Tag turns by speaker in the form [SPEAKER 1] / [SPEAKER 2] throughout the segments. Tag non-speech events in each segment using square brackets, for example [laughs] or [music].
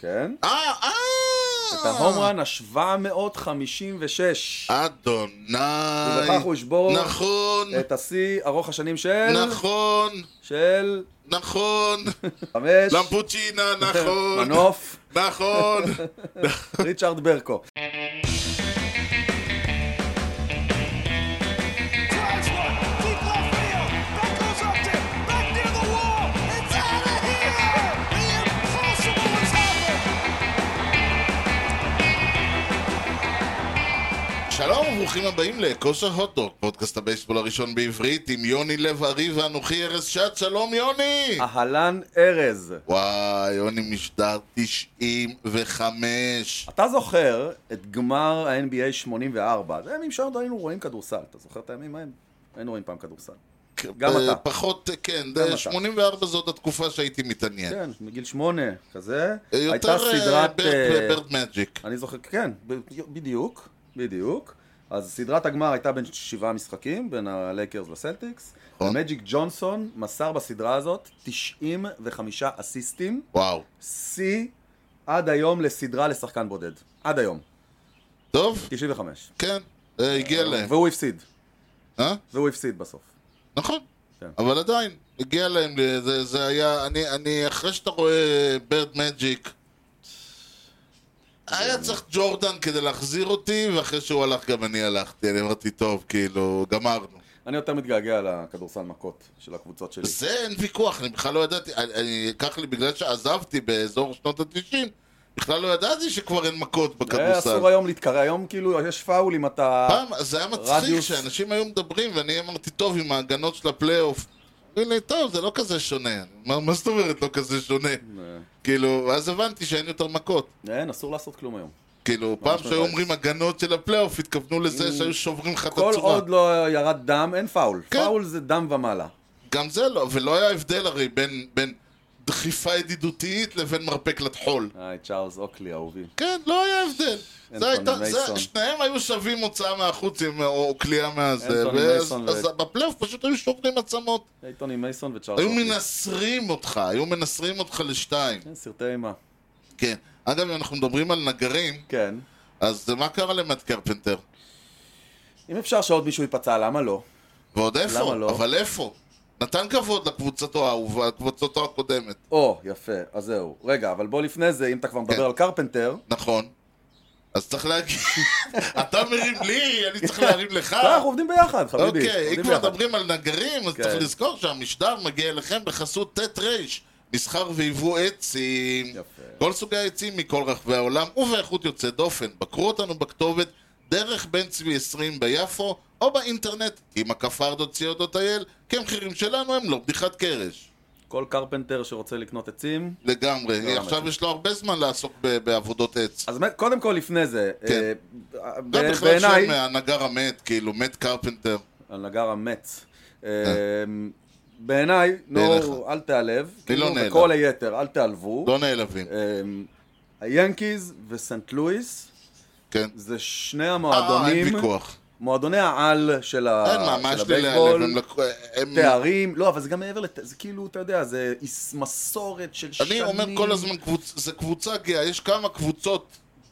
[SPEAKER 1] כן?
[SPEAKER 2] אה, אה!
[SPEAKER 1] את ההומרן ה-756.
[SPEAKER 2] אדוני.
[SPEAKER 1] ובכך הוא ישבור
[SPEAKER 2] נכון,
[SPEAKER 1] את השיא ארוך השנים של...
[SPEAKER 2] נכון,
[SPEAKER 1] של... [laughs]
[SPEAKER 2] נכון.
[SPEAKER 1] חמש...
[SPEAKER 2] למפוצ'ינה, נכון.
[SPEAKER 1] מנוף, [laughs]
[SPEAKER 2] נכון.
[SPEAKER 1] ריצ'רד ברקו.
[SPEAKER 3] Drives one, deep left field. That goes up to, back near the wall. It's out of here. The impossible has happened.
[SPEAKER 2] שלום וברוכים הבאים לכושר הוטדוק, פודקאסט הבייסבול הראשון בעברית עם יוני לב ארי ואנוכי ארז שץ, שלום יוני!
[SPEAKER 1] אה. אהלן ארז.
[SPEAKER 2] וואי, יוני משדר 95.
[SPEAKER 1] אתה זוכר את גמר ה-NBA 84, זה ימים שעוד היינו רואים כדורסל, אתה זוכר את הימים ההם? היינו רואים פעם כדורסל. גם
[SPEAKER 2] אה,
[SPEAKER 1] אתה.
[SPEAKER 2] פחות, אה, כן,
[SPEAKER 1] גם
[SPEAKER 2] אה,
[SPEAKER 1] אתה.
[SPEAKER 2] 84 זאת התקופה שהייתי מתעניין.
[SPEAKER 1] כן, מגיל שמונה, כזה.
[SPEAKER 2] אה, יותר
[SPEAKER 1] הייתה סדרת... אה,
[SPEAKER 2] ברד מג'יק.
[SPEAKER 1] אני זוכר, כן, ב- בדיוק, בדיוק. אז סדרת הגמר הייתה בין שבעה משחקים, בין הלייקרס לסלטיקס.
[SPEAKER 2] נכון.
[SPEAKER 1] מג'יק ג'ונסון מסר בסדרה הזאת 95 אסיסטים,
[SPEAKER 2] וואו.
[SPEAKER 1] שיא עד היום לסדרה לשחקן בודד. עד היום,
[SPEAKER 2] טוב,
[SPEAKER 1] 95.
[SPEAKER 2] כן, אה, הגיע להם.
[SPEAKER 1] והוא הפסיד,
[SPEAKER 2] אה?
[SPEAKER 1] והוא הפסיד בסוף.
[SPEAKER 2] נכון.
[SPEAKER 1] כן.
[SPEAKER 2] אבל עדיין, הגיע להם, ל- זה- זה היה, אני- אני, אחרי שאתה רואה אה, ברד מג'יק, היה
[SPEAKER 1] אה.
[SPEAKER 2] צריך ג'ורדן כדי להחזיר אותי, ואחרי שהוא הלך גם אני הלכתי, אני אמרתי, טוב, כאילו, גמרנו.
[SPEAKER 1] אני יותר מתגעגע לכדורסל מכות של הקבוצות שלי.
[SPEAKER 2] זה אין ויכוח, אני בכלל לא ידעתי, אני- אני, קח לי, בגלל שעזבתי באזור שנות התשעים, בכלל לא ידעתי שכבר אין מכות
[SPEAKER 1] אה,
[SPEAKER 2] בכדורסל.
[SPEAKER 1] אסור היום להתקרע, היום כאילו יש פאול אם אתה...
[SPEAKER 2] פעם, זה היה מצחיק
[SPEAKER 1] רדיוס.
[SPEAKER 2] שאנשים היו מדברים, ואני אמרתי, טוב, עם ההגנות של הפלייאוף. אמרו לי, טוב, זה לא כזה שונה. מה, מה זאת אומרת לא כזה שונה?
[SPEAKER 1] אה,
[SPEAKER 2] כאילו, ואז הבנתי שאין יותר מכות.
[SPEAKER 1] אין, אסור לעשות כלום היום.
[SPEAKER 2] כאילו, פעם שהיו
[SPEAKER 1] מבאס.
[SPEAKER 2] אומרים הגנות של הפלייאוף, התכוונו לזה שהיו שוברים לך את
[SPEAKER 1] כל
[SPEAKER 2] הצורה.
[SPEAKER 1] עוד לא ירד דם, אין פאול.
[SPEAKER 2] כן.
[SPEAKER 1] פאול זה דם ומעלה.
[SPEAKER 2] גם זה לא, ולא היה הבדל הרי בין- בין דחיפה ידידותית לבין מרפק לטחול.
[SPEAKER 1] היי, צ'ארלס אוקלי, אהובי.
[SPEAKER 2] כן, לא היה הבדל.
[SPEAKER 1] אנטוני
[SPEAKER 2] זה הייתה, זה,
[SPEAKER 1] מייסון.
[SPEAKER 2] שניהם היו שווים הוצאה מהחוץ עם, או קליעה מהזה,
[SPEAKER 1] אנטוני
[SPEAKER 2] ואז
[SPEAKER 1] מייסון ו-
[SPEAKER 2] אז בפלייאוף פשוט היו שוברים עצמות.
[SPEAKER 1] היי, טוני מייסון וצ'ארלס
[SPEAKER 2] היו
[SPEAKER 1] אוקלי.
[SPEAKER 2] מנסרים אותך, היו מנסרים אותך לשתיים.
[SPEAKER 1] כן, סרטי אימה.
[SPEAKER 2] כן. אגב, אם אנחנו מדברים על נגרים,
[SPEAKER 1] כן.
[SPEAKER 2] אז מה קרה למט קרפנטר?
[SPEAKER 1] אם אפשר שעוד מישהו ייפצע, למה לא?
[SPEAKER 2] ועוד איפה?
[SPEAKER 1] למה לא?
[SPEAKER 2] אבל איפה? נתן כבוד לקבוצתו האהובה, לקבוצתו הקודמת.
[SPEAKER 1] או, יפה, אז זהו. רגע, אבל בוא לפני זה, אם אתה כבר
[SPEAKER 2] כן.
[SPEAKER 1] מדבר על קרפנטר,
[SPEAKER 2] נכון. אז צריך להגיד, [laughs] אתה מרים לי, אני צריך להרים לך.
[SPEAKER 1] אה, אנחנו עובדים ביחד, חביבי.
[SPEAKER 2] אוקיי, אם
[SPEAKER 1] עובדים
[SPEAKER 2] כבר
[SPEAKER 1] ביחד.
[SPEAKER 2] מדברים על נגרים, אז
[SPEAKER 1] כן.
[SPEAKER 2] צריך לזכור שהמשדר מגיע אליכם בחסות ט' ר', מסחר ויבוא עצים.
[SPEAKER 1] יפה.
[SPEAKER 2] כל סוגי העצים מכל רחבי העולם ובאיכות יוצאת דופן. בקרו אותנו בכתובת דרך בן צבי 20 ביפו, או באינטרנט, עם הכפרדות co.il, כי המחירים שלנו הם לא בדיחת קרש.
[SPEAKER 1] כל קרפנטר שרוצה לקנות עצים...
[SPEAKER 2] לגמרי.
[SPEAKER 1] לגמרי.
[SPEAKER 2] עכשיו יש לו הרבה זמן לעסוק ב- בעבודות עץ.
[SPEAKER 1] לא, אז מ- קודם כל, לפני זה,
[SPEAKER 2] כן.
[SPEAKER 1] אה, ב-
[SPEAKER 2] זה בכלל שם אה,
[SPEAKER 1] בעיניי,
[SPEAKER 2] הנגר המת, כאילו, מת קרפנטר.
[SPEAKER 1] הנגר המץ. אה, בעיניי, נו,
[SPEAKER 2] בעיניך.
[SPEAKER 1] אל תיעלב. כאילו,
[SPEAKER 2] לא נעלב.
[SPEAKER 1] וכל היתר, אל תיעלבו.
[SPEAKER 2] לא נעלבים,
[SPEAKER 1] אמ, היאנקיז וסנט לואיס
[SPEAKER 2] כן.
[SPEAKER 1] זה שני
[SPEAKER 2] אה, אין
[SPEAKER 1] המועדונים,
[SPEAKER 2] ויכוח.
[SPEAKER 1] מועדוני העל של ה-
[SPEAKER 2] אין מה, מה יש
[SPEAKER 1] אה, של
[SPEAKER 2] לי להיעלב?
[SPEAKER 1] הבייסבול,
[SPEAKER 2] הם לקחו... הם-
[SPEAKER 1] תארים, לא, אבל זה גם מעבר, לת- זה כאילו, אתה יודע, זה איס- מסורת של שנים.
[SPEAKER 2] אני אומר כל הזמן, קבוצ- זה קבוצה גאה, יש כמה קבוצות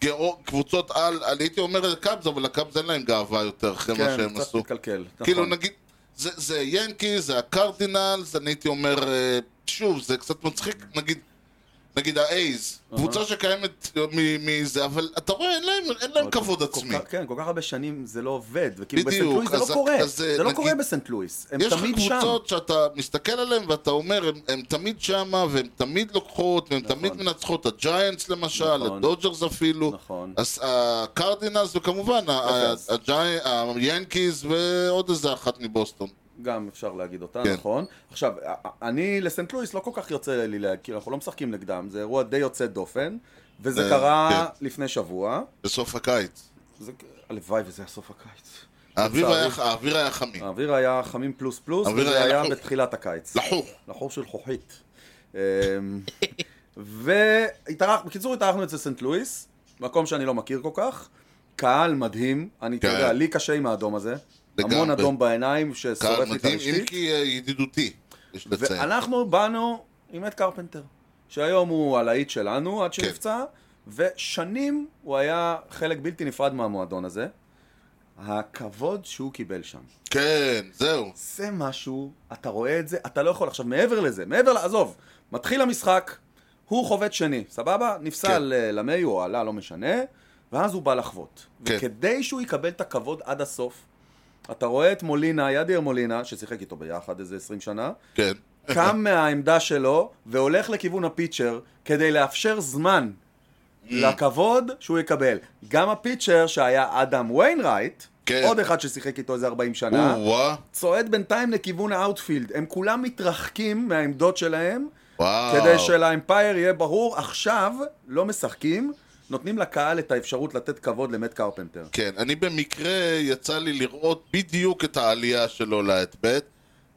[SPEAKER 2] גאו- קבוצות על, אני הייתי אומר לקאבס, אבל לקאבס אין להם גאווה יותר אחרי מה
[SPEAKER 1] כן,
[SPEAKER 2] שהם
[SPEAKER 1] קצת
[SPEAKER 2] עשו.
[SPEAKER 1] מתקלקל. נכון.
[SPEAKER 2] כאילו נגיד, זה זה ינקי, זה הקרדינלס, אני הייתי אומר, אה, שוב, זה קצת מצחיק, נגיד, נגיד האייז, קבוצה שקיימת מ- מזה, אבל אתה רואה, אין להם- אין להם
[SPEAKER 1] אבל
[SPEAKER 2] כבוד
[SPEAKER 1] כל- כל
[SPEAKER 2] עצמי.
[SPEAKER 1] כך- כן, כל כך הרבה שנים זה לא עובד, וכאילו בסנט
[SPEAKER 2] בדיוק,
[SPEAKER 1] לואיס זה לא
[SPEAKER 2] אז-
[SPEAKER 1] קורה,
[SPEAKER 2] אז, אה,
[SPEAKER 1] זה לא
[SPEAKER 2] נגיד-
[SPEAKER 1] קורה בסנט לואיס, הם
[SPEAKER 2] יש לך
[SPEAKER 1] תמיד שם.
[SPEAKER 2] קבוצות שאתה מסתכל עליהן ואתה אומר, הם, הם תמיד שמה, והן תמיד לוקחות, והן
[SPEAKER 1] נכון.
[SPEAKER 2] תמיד מנצחות, הג'יינטס למשל,
[SPEAKER 1] נכון.
[SPEAKER 2] הדודג'רס אפילו,
[SPEAKER 1] נכון. אוקיי,
[SPEAKER 2] הס- הקרדינלס וכמובן ה- ה-
[SPEAKER 1] אז-
[SPEAKER 2] הג'י- היאנקיז ועוד איזה אחת מבוסטון.
[SPEAKER 1] גם אפשר להגיד אותה,
[SPEAKER 2] כן.
[SPEAKER 1] כן. נכון. עכשיו, אני לסנט לואיס לא כל כך יוצא לי להכיר, אנחנו לא משחקים נגדם, זה אירוע די יוצא דופן, וזה
[SPEAKER 2] אה,
[SPEAKER 1] קרה לפני שבוע.
[SPEAKER 2] בסוף הקיץ.
[SPEAKER 1] זה... הלוואי וזה היה סוף הקיץ.
[SPEAKER 2] האוויר
[SPEAKER 1] לצערי.
[SPEAKER 2] היה, האוויר היה חמים.
[SPEAKER 1] האוויר היה חמים פלוס פלוס,
[SPEAKER 2] האוויר
[SPEAKER 1] וזה
[SPEAKER 2] היה
[SPEAKER 1] היה
[SPEAKER 2] לחוך.
[SPEAKER 1] בתחילת הקיץ.
[SPEAKER 2] לחוך.
[SPEAKER 1] לחור של חוחית. אמ, [laughs] והתארח, בקיצור התארחנו אצל סנט לואיס, מקום שאני לא מכיר כל כך. קהל מדהים, אני, אתה
[SPEAKER 2] כן.
[SPEAKER 1] יודע, לי קשה עם האדום הזה.
[SPEAKER 2] לגמרי.
[SPEAKER 1] המון אדום בעיניים
[SPEAKER 2] קהל
[SPEAKER 1] ששורף לי את
[SPEAKER 2] מדהים, אם
[SPEAKER 1] הרשתית.
[SPEAKER 2] כי אה, ידידותי, יש לציין.
[SPEAKER 1] ואנחנו באנו עם את קרפנטר. שהיום הוא הלהיט שלנו עד
[SPEAKER 2] כן.
[SPEAKER 1] שנפצע, ושנים הוא היה חלק בלתי נפרד מהמועדון הזה. הכבוד שהוא קיבל שם.
[SPEAKER 2] כן, זהו.
[SPEAKER 1] זה משהו, אתה רואה את זה, אתה לא יכול. עכשיו, מעבר לזה, מעבר, ל- עזוב, מתחיל המשחק, הוא חובט שני, סבבה? נפסל כן. למי או עלה, לא משנה, ואז הוא בא לחבוט.
[SPEAKER 2] כן.
[SPEAKER 1] כן. וכדי שהוא יקבל את הכבוד עד הסוף, אתה רואה את מולינה, ידיר מולינה, ששיחק איתו ביחד איזה 20 שנה,
[SPEAKER 2] כן.
[SPEAKER 1] קם מהעמדה שלו והולך לכיוון הפיצ'ר כדי לאפשר זמן
[SPEAKER 2] Mm.
[SPEAKER 1] לכבוד שהוא יקבל. גם הפיצ'ר שהיה אדם ויינרייט,
[SPEAKER 2] כן.
[SPEAKER 1] עוד אחד ששיחק איתו איזה 40 שנה,
[SPEAKER 2] או-אה,
[SPEAKER 1] צועד בינתיים לכיוון האאוטפילד. הם כולם מתרחקים מהעמדות שלהם,
[SPEAKER 2] וואו.
[SPEAKER 1] כדי שלאמפייר יהיה ברור, עכשיו לא משחקים, נותנים לקהל את האפשרות לתת כבוד למט קרפנטר.
[SPEAKER 2] כן, אני במקרה יצא לי לראות בדיוק את העלייה שלו לאטבט.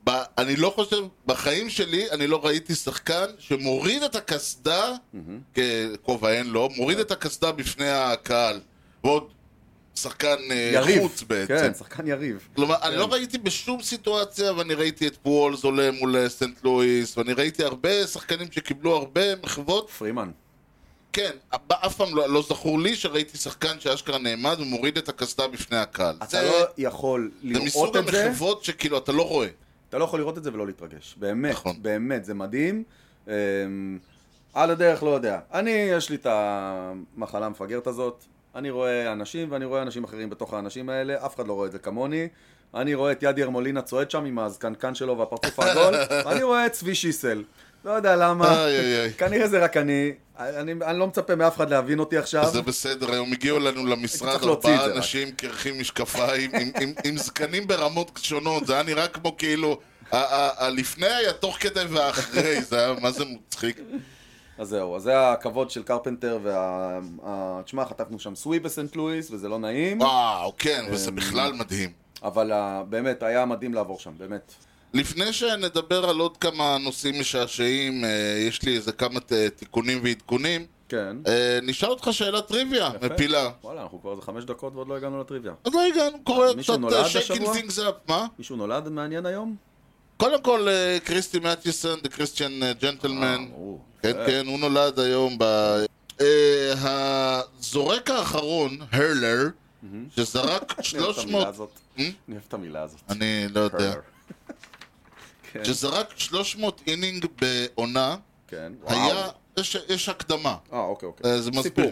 [SPEAKER 2] ב- אני לא חושב, בחיים שלי אני לא ראיתי שחקן שמוריד את הקסדה, ככובע אין לו, מוריד את הקסדה בפני הקהל. ועוד שחקן אה,
[SPEAKER 1] יריב.
[SPEAKER 2] חוץ בעצם.
[SPEAKER 1] כן, שחקן יריב.
[SPEAKER 2] כלומר, אני לא ראיתי בשום סיטואציה, ואני ראיתי את פוולס עולה מול סנט לואיס, ואני ראיתי הרבה שחקנים שקיבלו הרבה מחוות
[SPEAKER 1] פרימן.
[SPEAKER 2] כן, אב- אף פעם לא, לא זכור לי שראיתי שחקן שאשכרה נעמד ומוריד את הקסדה בפני הקהל.
[SPEAKER 1] אתה
[SPEAKER 2] זה,
[SPEAKER 1] לא יכול
[SPEAKER 2] זה
[SPEAKER 1] לראות
[SPEAKER 2] מסוג
[SPEAKER 1] את זה,
[SPEAKER 2] המחוות שכאילו אתה לא רואה.
[SPEAKER 1] אתה לא יכול לראות את זה ולא להתרגש. באמת,
[SPEAKER 2] נכון.
[SPEAKER 1] באמת, זה מדהים. אמ, על הדרך לא יודע. אני, יש לי את המחלה המפגרת הזאת. אני רואה אנשים ואני רואה אנשים אחרים בתוך האנשים האלה, אף אחד לא רואה את זה כמוני. אני רואה את ידיאר מולינה צועד שם עם הזקנקן שלו
[SPEAKER 2] [laughs]
[SPEAKER 1] והפרצוף העגול, ואני רואה את צבי שיסל. לא יודע למה,
[SPEAKER 2] איי, איי, איי.
[SPEAKER 1] כנראה זה רק אני. אני, אני לא מצפה מאף אחד להבין אותי עכשיו.
[SPEAKER 2] זה בסדר, היום הגיעו לנו למשרד
[SPEAKER 1] אה. צריך להוציא את
[SPEAKER 2] ארבעה
[SPEAKER 1] זה רק.
[SPEAKER 2] אנשים קרחים משקפיים עם, עם, עם זקנים ברמות שונות, זה היה נראה כמו כאילו, ה- ה- הלפני היה תוך כדי והאחרי, זה היה, מה זה מצחיק.
[SPEAKER 1] אז זהו, אז זה הכבוד של קרפנטר וה... ה- תשמע, חטפנו שם סווי בסנט לואיס, וזה לא נעים.
[SPEAKER 2] וואו,
[SPEAKER 1] אה.
[SPEAKER 2] כן, וזה בכלל מדהים.
[SPEAKER 1] אבל ה- באמת, היה מדהים לעבור שם, באמת.
[SPEAKER 2] לפני שנדבר על עוד כמה נושאים משעשעים, אה, יש לי איזה כמה אה, תיקונים ועדכונים.
[SPEAKER 1] כן.
[SPEAKER 2] אה, נשאל אותך שאלת טריוויה, מפילה.
[SPEAKER 1] וואלה, אנחנו כבר איזה חמש דקות ועוד לא הגענו לטריוויה.
[SPEAKER 2] עוד לא הגענו, קורה
[SPEAKER 1] מישהו
[SPEAKER 2] קצת
[SPEAKER 1] נולד
[SPEAKER 2] שייקינג
[SPEAKER 1] השבוע?
[SPEAKER 2] things up, מה?
[SPEAKER 1] מישהו נולד מעניין היום?
[SPEAKER 2] קודם כל, אה, קריסטי מתיסון, The Christian ג'נטלמן.
[SPEAKER 1] אה, הוא.
[SPEAKER 2] כן, כן, הוא נולד היום ב... אה, הזורק האחרון, הרלר, שזרק
[SPEAKER 1] אני אוהב את המילה
[SPEAKER 2] 300...
[SPEAKER 1] הזאת.
[SPEAKER 2] Hmm?
[SPEAKER 1] אני אוהב את המילה הזאת.
[SPEAKER 2] אני לא יודע.
[SPEAKER 1] כן,
[SPEAKER 2] שזרק 300 אינינג בעונה,
[SPEAKER 1] כן.
[SPEAKER 2] היה...
[SPEAKER 1] וואו.
[SPEAKER 2] יש- יש הקדמה.
[SPEAKER 1] אה, אוקיי,
[SPEAKER 2] אה,
[SPEAKER 1] אוקיי.
[SPEAKER 2] זה מסביר.
[SPEAKER 1] סיפור.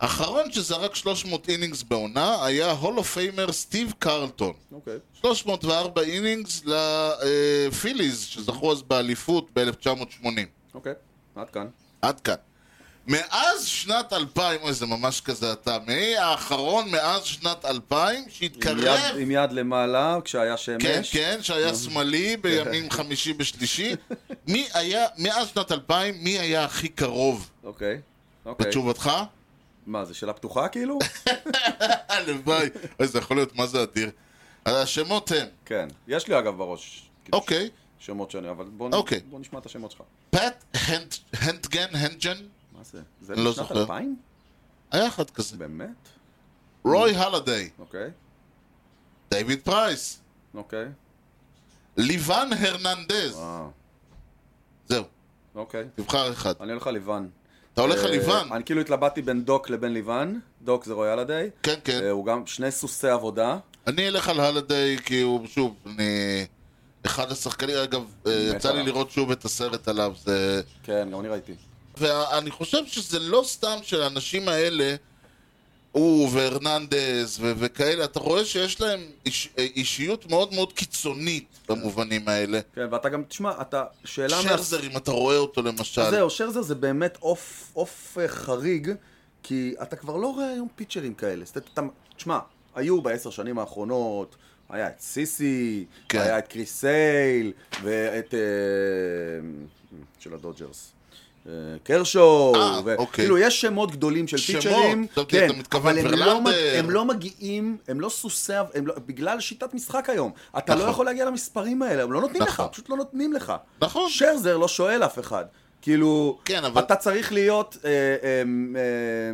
[SPEAKER 2] האחרון שזרק 300 אינינגס בעונה היה הול אוף פיימר סטיב קרלטון.
[SPEAKER 1] אוקיי.
[SPEAKER 2] 304 אינינגס לפיליז, שזכו אז באליפות ב-1980.
[SPEAKER 1] אוקיי. עד כאן.
[SPEAKER 2] עד כאן. מאז שנת 2000, אוי, זה ממש כזה אתה, מי האחרון מאז שנת 2000
[SPEAKER 1] עם
[SPEAKER 2] שהתקרב,
[SPEAKER 1] יד- עם יד למעלה, כשהיה שמש.
[SPEAKER 2] כן, כן, שהיה שמאלי בימים חמישי ושלישי, מי היה, מאז שנת 2000, מי היה הכי קרוב,
[SPEAKER 1] אוקיי. אוקיי.
[SPEAKER 2] בתשובתך?
[SPEAKER 1] מה, זו שאלה
[SPEAKER 2] [laughs]
[SPEAKER 1] פתוחה כאילו?
[SPEAKER 2] הלוואי, אוי, זה יכול להיות, מה זה אדיר. אז השמות הם,
[SPEAKER 1] כן. יש לי אגב בראש. כאילו,
[SPEAKER 2] אוקיי,
[SPEAKER 1] שמות שאני, אבל בוא נ-
[SPEAKER 2] אוקיי.
[SPEAKER 1] בוא נשמע את השמות שלך.
[SPEAKER 2] פט הנט- הנטגן, הנטג'ן,
[SPEAKER 1] מה זה? זה
[SPEAKER 2] אני לא
[SPEAKER 1] בשנת
[SPEAKER 2] זוכר.
[SPEAKER 1] 2000?
[SPEAKER 2] היה אחד כזה,
[SPEAKER 1] באמת?
[SPEAKER 2] רוי הלדיי,
[SPEAKER 1] אוקיי.
[SPEAKER 2] דייוויד פרייס,
[SPEAKER 1] אוקיי.
[SPEAKER 2] ליוון הרננדז.
[SPEAKER 1] אה,
[SPEAKER 2] זהו,
[SPEAKER 1] אוקיי.
[SPEAKER 2] תבחר אחד.
[SPEAKER 1] אני הולך על ליוון.
[SPEAKER 2] אתה הולך על
[SPEAKER 1] אה,
[SPEAKER 2] ליוון?
[SPEAKER 1] אני כאילו התלבטתי בין דוק לבין ליוון. דוק זה רויאל הדיי.
[SPEAKER 2] כן, כן.
[SPEAKER 1] הוא גם שני סוסי עבודה.
[SPEAKER 2] אני אלך על הלדיי כי הוא, שוב, אני... אחד השחקנים, אגב, אה,
[SPEAKER 1] מת
[SPEAKER 2] יצא לי
[SPEAKER 1] עליו.
[SPEAKER 2] לראות שוב את הסרט עליו. זה...
[SPEAKER 1] כן, גם אני ראיתי.
[SPEAKER 2] ואני חושב שזה לא סתם שהאנשים האלה, הוא והרננדז ו- וכאלה, אתה רואה שיש להם איש... אה, אישיות מאוד מאוד קיצונית במובנים האלה.
[SPEAKER 1] כן, ואתה גם, תשמע, אתה, שאלה מה...
[SPEAKER 2] שרזר, אם אתה רואה אותו למשל.
[SPEAKER 1] אז זהו, שרזר זה באמת עוף עוף, אה, חריג, כי אתה כבר לא רואה היום פיצ'רים כאלה. זאת אומרת, אתה- תשמע, היו בעשר שנים האחרונות, היה את סיסי,
[SPEAKER 2] כן.
[SPEAKER 1] היה את קריס סייל, ואת... אה, של הדודג'רס. אה, קרשו,
[SPEAKER 2] אה,
[SPEAKER 1] ו-
[SPEAKER 2] אוקיי.
[SPEAKER 1] כאילו יש שמות גדולים של
[SPEAKER 2] שמות,
[SPEAKER 1] פיצ'רים,
[SPEAKER 2] חשבתי
[SPEAKER 1] כן,
[SPEAKER 2] אתה מתכוון
[SPEAKER 1] אבל הם לא, מג-
[SPEAKER 2] ורלנדר.
[SPEAKER 1] הם לא מגיעים, הם לא סוסי, עב- הם לא, בגלל שיטת משחק היום, אתה
[SPEAKER 2] נכון.
[SPEAKER 1] לא יכול להגיע למספרים האלה, הם לא נותנים
[SPEAKER 2] נכון.
[SPEAKER 1] לך, פשוט לא נותנים לך.
[SPEAKER 2] נכון.
[SPEAKER 1] שרזר לא שואל אף אחד. כאילו,
[SPEAKER 2] כן, אבל-
[SPEAKER 1] אתה צריך להיות, אה, אה, אה,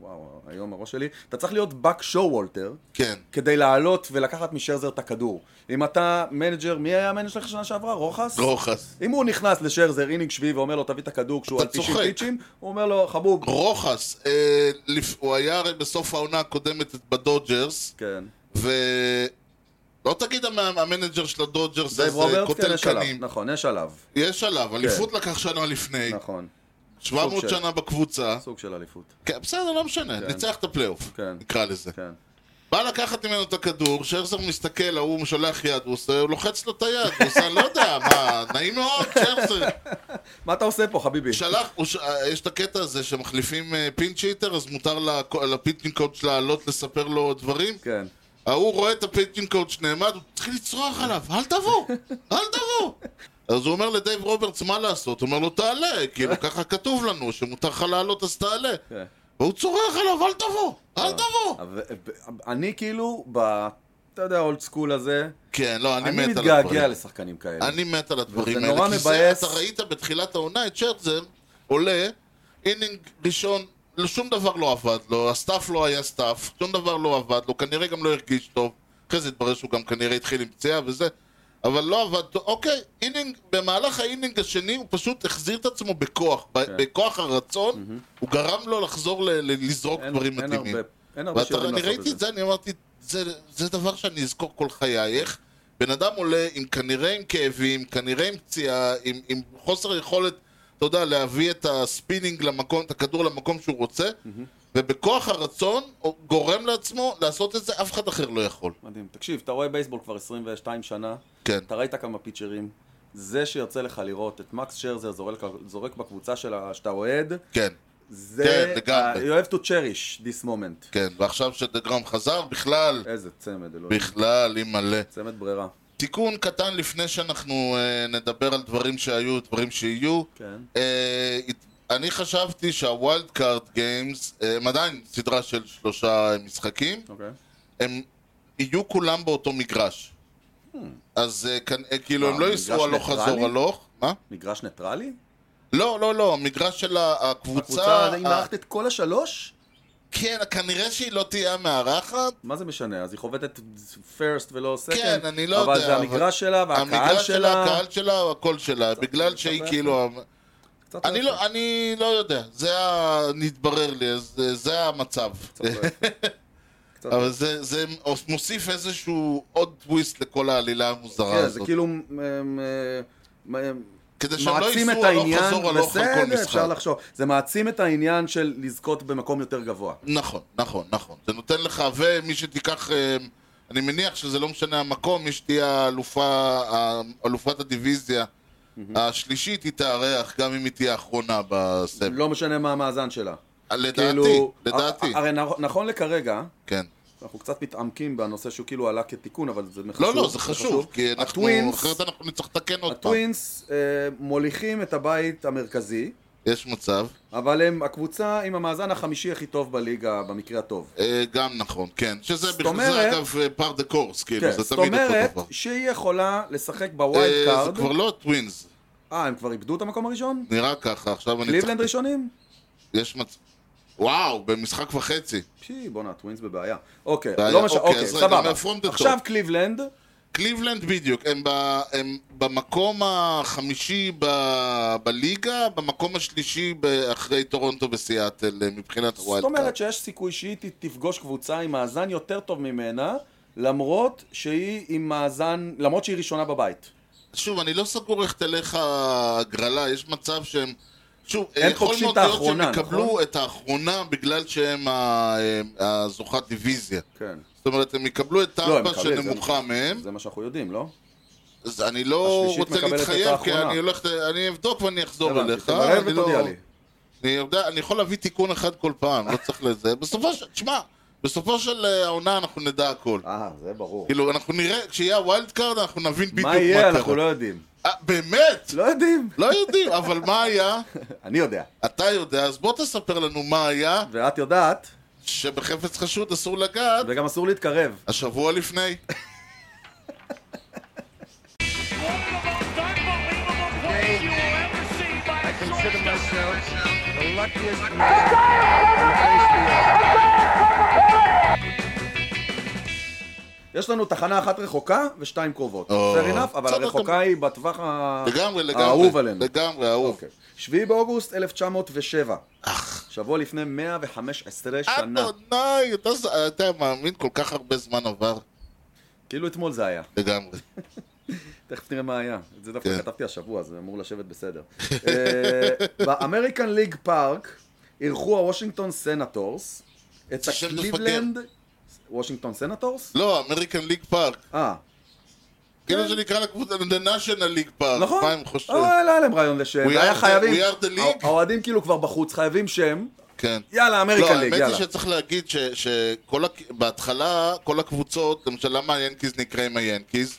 [SPEAKER 1] וואו, היום הראש שלי, אתה צריך להיות באק שואו וולטר,
[SPEAKER 2] כן.
[SPEAKER 1] כדי לעלות ולקחת משרזר את הכדור. אם אתה מנג'ר, מי היה המנג'ר שלך שנה שעברה? רוחס?
[SPEAKER 2] רוחס.
[SPEAKER 1] אם הוא נכנס לשרזר אינינג שביעי ואומר לו תביא את הכדור כשהוא
[SPEAKER 2] אתה
[SPEAKER 1] על 90
[SPEAKER 2] צוחק.
[SPEAKER 1] פיצ'ים, הוא אומר לו חבוב.
[SPEAKER 2] רוחס, אה, לפ... הוא היה הרי בסוף העונה הקודמת בדודג'רס,
[SPEAKER 1] כן.
[SPEAKER 2] ו... לא תגיד המ- המנג'ר של הדודג'רס
[SPEAKER 1] דייב
[SPEAKER 2] אז אה,
[SPEAKER 1] רוברטס, כן,
[SPEAKER 2] קוטל
[SPEAKER 1] יש עליו.
[SPEAKER 2] קנים.
[SPEAKER 1] נכון, יש עליו.
[SPEAKER 2] יש עליו, אליפות לקח שנה לפני,
[SPEAKER 1] נכון.
[SPEAKER 2] 700
[SPEAKER 1] סוג של-
[SPEAKER 2] שנה בקבוצה.
[SPEAKER 1] סוג של אליפות.
[SPEAKER 2] כן, בסדר, לא משנה, ניצח את הפלייאוף,
[SPEAKER 1] כן.
[SPEAKER 2] נקרא לזה.
[SPEAKER 1] כן.
[SPEAKER 2] בא לקחת ממנו את הכדור, שרזר מסתכל, ההוא משולח יד, הוא עושה- הוא לוחץ לו את היד, הוא עושה, לא יודע, מה, נעים מאוד, שרזר.
[SPEAKER 1] מה אתה עושה פה, חביבי?
[SPEAKER 2] שלח, הוא ש- אה, יש את הקטע הזה שמחליפים אה, פינצ' היטר, אז מותר לכ- לפינצ'ינג קואוצ' לעלות לספר לו דברים.
[SPEAKER 1] כן.
[SPEAKER 2] ההוא רואה את הפינצ'ינג קואוצ' נעמד, הוא מתחיל לצרוח עליו, אל תבוא, אל תבוא. אז הוא אומר לדייב רוברטס, מה לעשות? הוא אומר לו, תעלה, כאילו, ככה כתוב לנו, שמותר לך לעלות אז תעלה.
[SPEAKER 1] כן. אה.
[SPEAKER 2] והוא צורח עליו, אל תבוא, אל תבוא.
[SPEAKER 1] אבל- אני כאילו, ב... אתה יודע, אולד סקול הזה,
[SPEAKER 2] כן, לא, אני מת
[SPEAKER 1] אני
[SPEAKER 2] על הדברים.
[SPEAKER 1] מתגעגע לשחקנים כאלה.
[SPEAKER 2] אני מת על הדברים
[SPEAKER 1] וזה
[SPEAKER 2] האלה.
[SPEAKER 1] נורא
[SPEAKER 2] כי זה-
[SPEAKER 1] מבאס.
[SPEAKER 2] אתה ראית בתחילת העונה את שרצר עולה, אינינג ראשון, שום דבר לא עבד לו, הסטאף לא היה סטאף, שום דבר לא עבד לו, כנראה גם לא הרגיש טוב. אחרי זה התברר שהוא גם כנראה התחיל עם פציעה וזה, אבל לא עבד טוב. אוקיי, אינינג, במהלך האינינג השני הוא פשוט החזיר את עצמו בכוח, ב-
[SPEAKER 1] כן.
[SPEAKER 2] בכוח הרצון, הוא גרם לו לחזור ל- ל- לזרוק
[SPEAKER 1] אין-
[SPEAKER 2] דברים
[SPEAKER 1] אין
[SPEAKER 2] מתאימים.
[SPEAKER 1] הרבה- אין הרבה
[SPEAKER 2] ואתה,
[SPEAKER 1] שיודעים
[SPEAKER 2] אני
[SPEAKER 1] לעשות
[SPEAKER 2] ראיתי
[SPEAKER 1] את
[SPEAKER 2] את
[SPEAKER 1] זה.
[SPEAKER 2] זה, אני אמרתי, זה, זה דבר שאני אזכור כל חיי, איך בן אדם עולה עם כנראה עם כאבים, כנראה עם פציעה, עם, עם חוסר יכולת, אתה יודע, להביא את הספינינג למקום, את הכדור למקום שהוא רוצה, ובכוח הרצון הוא גורם לעצמו לעשות את זה, אף אחד אחר לא יכול.
[SPEAKER 1] מדהים. תקשיב, אתה רואה בייסבול כבר 22 שנה,
[SPEAKER 2] כן.
[SPEAKER 1] אתה ראית כמה פיצ'רים. זה שיוצא לך לראות את מקס שרזר זורק, זורק בקבוצה שלה שאתה אוהד,
[SPEAKER 2] כן,
[SPEAKER 1] זה...
[SPEAKER 2] כן, לגמרי.
[SPEAKER 1] You have to cherish this moment.
[SPEAKER 2] כן, ועכשיו שדגרם חזר, בכלל,
[SPEAKER 1] איזה צמד, אלוהים.
[SPEAKER 2] בכלל, אימא'לה.
[SPEAKER 1] צמד ברירה.
[SPEAKER 2] תיקון קטן לפני שאנחנו אה, נדבר על דברים שהיו, דברים שיהיו.
[SPEAKER 1] כן.
[SPEAKER 2] אה, אני חשבתי שהווילד קארד גיימס, אה, הם עדיין סדרה של שלושה משחקים,
[SPEAKER 1] אוקיי.
[SPEAKER 2] הם יהיו כולם באותו מגרש. אז אה, כנ- אה, כאילו
[SPEAKER 1] מה,
[SPEAKER 2] הם לא
[SPEAKER 1] מגרש
[SPEAKER 2] ייסעו הלוך
[SPEAKER 1] ניטרלי?
[SPEAKER 2] חזור הלוך. מה?
[SPEAKER 1] מגרש ניטרלי?
[SPEAKER 2] לא, לא, לא, המגרש של ה- הקבוצה...
[SPEAKER 1] קבוצה, אם
[SPEAKER 2] ה-
[SPEAKER 1] מארחת את כל השלוש?
[SPEAKER 2] כן, כנראה שהיא לא תהיה המארחת.
[SPEAKER 1] מה זה משנה? אז היא חובטת פרסט ולא סקנד?
[SPEAKER 2] כן, אני לא יודע,
[SPEAKER 1] אבל זה
[SPEAKER 2] אבל-
[SPEAKER 1] המגרש שלה והקהל
[SPEAKER 2] המגרש שלה,
[SPEAKER 1] שלה.
[SPEAKER 2] הקהל שלה, הכל שלה, בגלל שהיא
[SPEAKER 1] מספר.
[SPEAKER 2] כאילו... ה-
[SPEAKER 1] קצת
[SPEAKER 2] אני
[SPEAKER 1] לא...
[SPEAKER 2] לא, אני לא יודע, זה ה... נתברר לי, אז זה- זה המצב.
[SPEAKER 1] קצת לא יפה. קצת לא
[SPEAKER 2] אבל זה, זה מוסיף איזשהו עוד טוויסט לכל העלילה המוזרה
[SPEAKER 1] כן, זה
[SPEAKER 2] הזאת.
[SPEAKER 1] כאילו אמ, אמ, אמ,
[SPEAKER 2] כדי שהם לא
[SPEAKER 1] מעצים את
[SPEAKER 2] ייסעו הלוך
[SPEAKER 1] העניין,
[SPEAKER 2] חזור הלוך על כל
[SPEAKER 1] בסדר,
[SPEAKER 2] משחק.
[SPEAKER 1] אפשר לחשוב. זה מעצים את העניין של לזכות במקום יותר גבוה.
[SPEAKER 2] נכון, נכון, נכון. זה נותן לך, ומי שתיקח, אה, אני מניח שזה לא משנה המקום, מי שתהיה האלופה, ה- אלופת הדיוויזיה השלישית, היא תארח, גם אם היא תהיה האחרונה בסבב.
[SPEAKER 1] לא משנה מה המאזן שלה.
[SPEAKER 2] כן.
[SPEAKER 1] כאילו,
[SPEAKER 2] לדעתי, לדעתי,
[SPEAKER 1] הרי נ- נכון לכרגע,
[SPEAKER 2] כן.
[SPEAKER 1] אנחנו קצת מתעמקים בנושא שהוא כאילו עלה כתיקון, אבל זה
[SPEAKER 2] לא,
[SPEAKER 1] חשוב.
[SPEAKER 2] לא, זה חשוב, כי אנחנו,
[SPEAKER 1] הטווינס,
[SPEAKER 2] אחרת אנחנו נצטרך לתקן עוד פעם.
[SPEAKER 1] הטווינס אה, מוליכים את הבית המרכזי,
[SPEAKER 2] יש מצב,
[SPEAKER 1] אבל הם הקבוצה עם המאזן החמישי הכי טוב בליגה, במקרה הטוב.
[SPEAKER 2] אה, גם נכון, כן. שזה,
[SPEAKER 1] זאת
[SPEAKER 2] בכ- זה
[SPEAKER 1] אומרת-
[SPEAKER 2] אגב אה, פאר דה קורס, כאילו,
[SPEAKER 1] כן,
[SPEAKER 2] זה
[SPEAKER 1] זאת
[SPEAKER 2] תמיד אותו
[SPEAKER 1] אומרת
[SPEAKER 2] דבר.
[SPEAKER 1] שהיא יכולה לשחק
[SPEAKER 2] אה,
[SPEAKER 1] בווילד
[SPEAKER 2] זה
[SPEAKER 1] קארד.
[SPEAKER 2] כבר לא טווינס,
[SPEAKER 1] אה, הם כבר איבדו את המקום הראשון?
[SPEAKER 2] נראה ככה, עכשיו אני
[SPEAKER 1] קליבלנד ראשונים?
[SPEAKER 2] יש מצב... וואו, במשחק וחצי.
[SPEAKER 1] פי, בואנה, הטווינס בבעיה. אוקיי,
[SPEAKER 2] בעיה,
[SPEAKER 1] לא משנה,
[SPEAKER 2] אוקיי,
[SPEAKER 1] אוקיי,
[SPEAKER 2] אז רגע,
[SPEAKER 1] סבבה.
[SPEAKER 2] מהפרונט לטופ.
[SPEAKER 1] עכשיו קליבלנד,
[SPEAKER 2] קליבלנד בדיוק, הם, ב... הם במקום החמישי ב... בליגה, במקום השלישי ב... אחרי טורונטו וסיאטל אה, מבחינת
[SPEAKER 1] זאת
[SPEAKER 2] הווילד
[SPEAKER 1] אומרת
[SPEAKER 2] קארט.
[SPEAKER 1] שיש סיכוי שהיא ת- תפגוש קבוצה עם מאזן יותר טוב ממנה, למרות שהיא עם מאזן, למרות שהיא ראשונה בבית.
[SPEAKER 2] שוב, אני לא סגור איך תלך ההגרלה, יש מצב שהם... שוב,
[SPEAKER 1] הם
[SPEAKER 2] יכול
[SPEAKER 1] פוגשים
[SPEAKER 2] מאוד
[SPEAKER 1] את
[SPEAKER 2] להיות שהם
[SPEAKER 1] האחרונה,
[SPEAKER 2] יקבלו
[SPEAKER 1] נכון?
[SPEAKER 2] את האחרונה בגלל שהם ה... הם הזוכת דיוויזיה.
[SPEAKER 1] כן.
[SPEAKER 2] זאת אומרת, הם יקבלו את
[SPEAKER 1] לא, הם
[SPEAKER 2] טמפה
[SPEAKER 1] מקבלים,
[SPEAKER 2] שנמוכה מהם,
[SPEAKER 1] זה מה שאנחנו יודעים, לא?
[SPEAKER 2] אז אני לא
[SPEAKER 1] השלישית
[SPEAKER 2] רוצה
[SPEAKER 1] מקבלת את
[SPEAKER 2] להתחייב, כי
[SPEAKER 1] האחרונה.
[SPEAKER 2] אני הולך, אני אבדוק ואני אחזור
[SPEAKER 1] הבנתי,
[SPEAKER 2] אליך.
[SPEAKER 1] תברר
[SPEAKER 2] אני לא-
[SPEAKER 1] ותודיע לי.
[SPEAKER 2] אני יודע, אני יכול להביא תיקון אחד כל פעם, לא צריך לזה. בסופו של, תשמע, בסופו של אה, העונה אנחנו נדע הכל.
[SPEAKER 1] אה, זה ברור.
[SPEAKER 2] כאילו, אנחנו נראה, כשיהיה הווילד קארד אנחנו נבין בדיוק
[SPEAKER 1] מה
[SPEAKER 2] מה
[SPEAKER 1] יהיה,
[SPEAKER 2] קרה.
[SPEAKER 1] אנחנו לא יודעים.
[SPEAKER 2] אה, באמת?
[SPEAKER 1] לא יודעים.
[SPEAKER 2] לא יודעים, אבל מה היה?
[SPEAKER 1] אני יודע.
[SPEAKER 2] אתה יודע, אז בוא תספר לנו מה היה,
[SPEAKER 1] ואת יודעת,
[SPEAKER 2] שבחפץ חשוד אסור לגעת,
[SPEAKER 1] וגם אסור להתקרב.
[SPEAKER 2] השבוע לפני.
[SPEAKER 3] One of the most unbelievable plays you will ever see by a shortstop.
[SPEAKER 4] consider myself the luckiest man who faced the odds.
[SPEAKER 1] יש לנו תחנה אחת רחוקה ושתיים קרובות.
[SPEAKER 2] או,
[SPEAKER 1] fair enough, אבל
[SPEAKER 2] בסדר,
[SPEAKER 1] הרחוקה
[SPEAKER 2] גם-
[SPEAKER 1] היא בטווח ה-
[SPEAKER 2] לגמרי, לגמרי.
[SPEAKER 1] האהוב אה, עלינו.
[SPEAKER 2] לגמרי, אהוב.
[SPEAKER 1] אוקיי. 7 באוגוסט 1907,
[SPEAKER 2] אך,
[SPEAKER 1] שבוע לפני 115 שנה.
[SPEAKER 2] אדוני, אתה ז- אתה מאמין, כל כך הרבה זמן עבר.
[SPEAKER 1] כאילו אתמול זה היה.
[SPEAKER 2] לגמרי.
[SPEAKER 1] תכף נראה מה היה. את זה דווקא
[SPEAKER 2] כן.
[SPEAKER 1] כתבתי השבוע, זה אמור לשבת בסדר. אה, באמריקן ליג פארק אירחו הוושינגטון סנטורס את
[SPEAKER 2] זה שם
[SPEAKER 1] הקליבלנד... וושינגטון סנטורס?
[SPEAKER 2] לא, אמריקן ליג פארק.
[SPEAKER 1] אה,
[SPEAKER 2] כאילו שנקרא לקבוצה, The National League פארק.
[SPEAKER 1] כן. נכון.
[SPEAKER 2] מה הם חושבים?
[SPEAKER 1] אה, לא היה להם רעיון לשם.
[SPEAKER 2] We
[SPEAKER 1] היה
[SPEAKER 2] are the-
[SPEAKER 1] חייבים...
[SPEAKER 2] we are the league?
[SPEAKER 1] האוהדים כאילו כבר בחוץ, חייבים שם.
[SPEAKER 2] כן.
[SPEAKER 1] יאללה,
[SPEAKER 2] לא,
[SPEAKER 1] אמריקן ליג,
[SPEAKER 2] האמת
[SPEAKER 1] יאללה.
[SPEAKER 2] היא שצריך להגיד ש- שכל הק- בהתחלה, כל הקבוצות, למשל למה היאנקיז נקראים היאנקיז?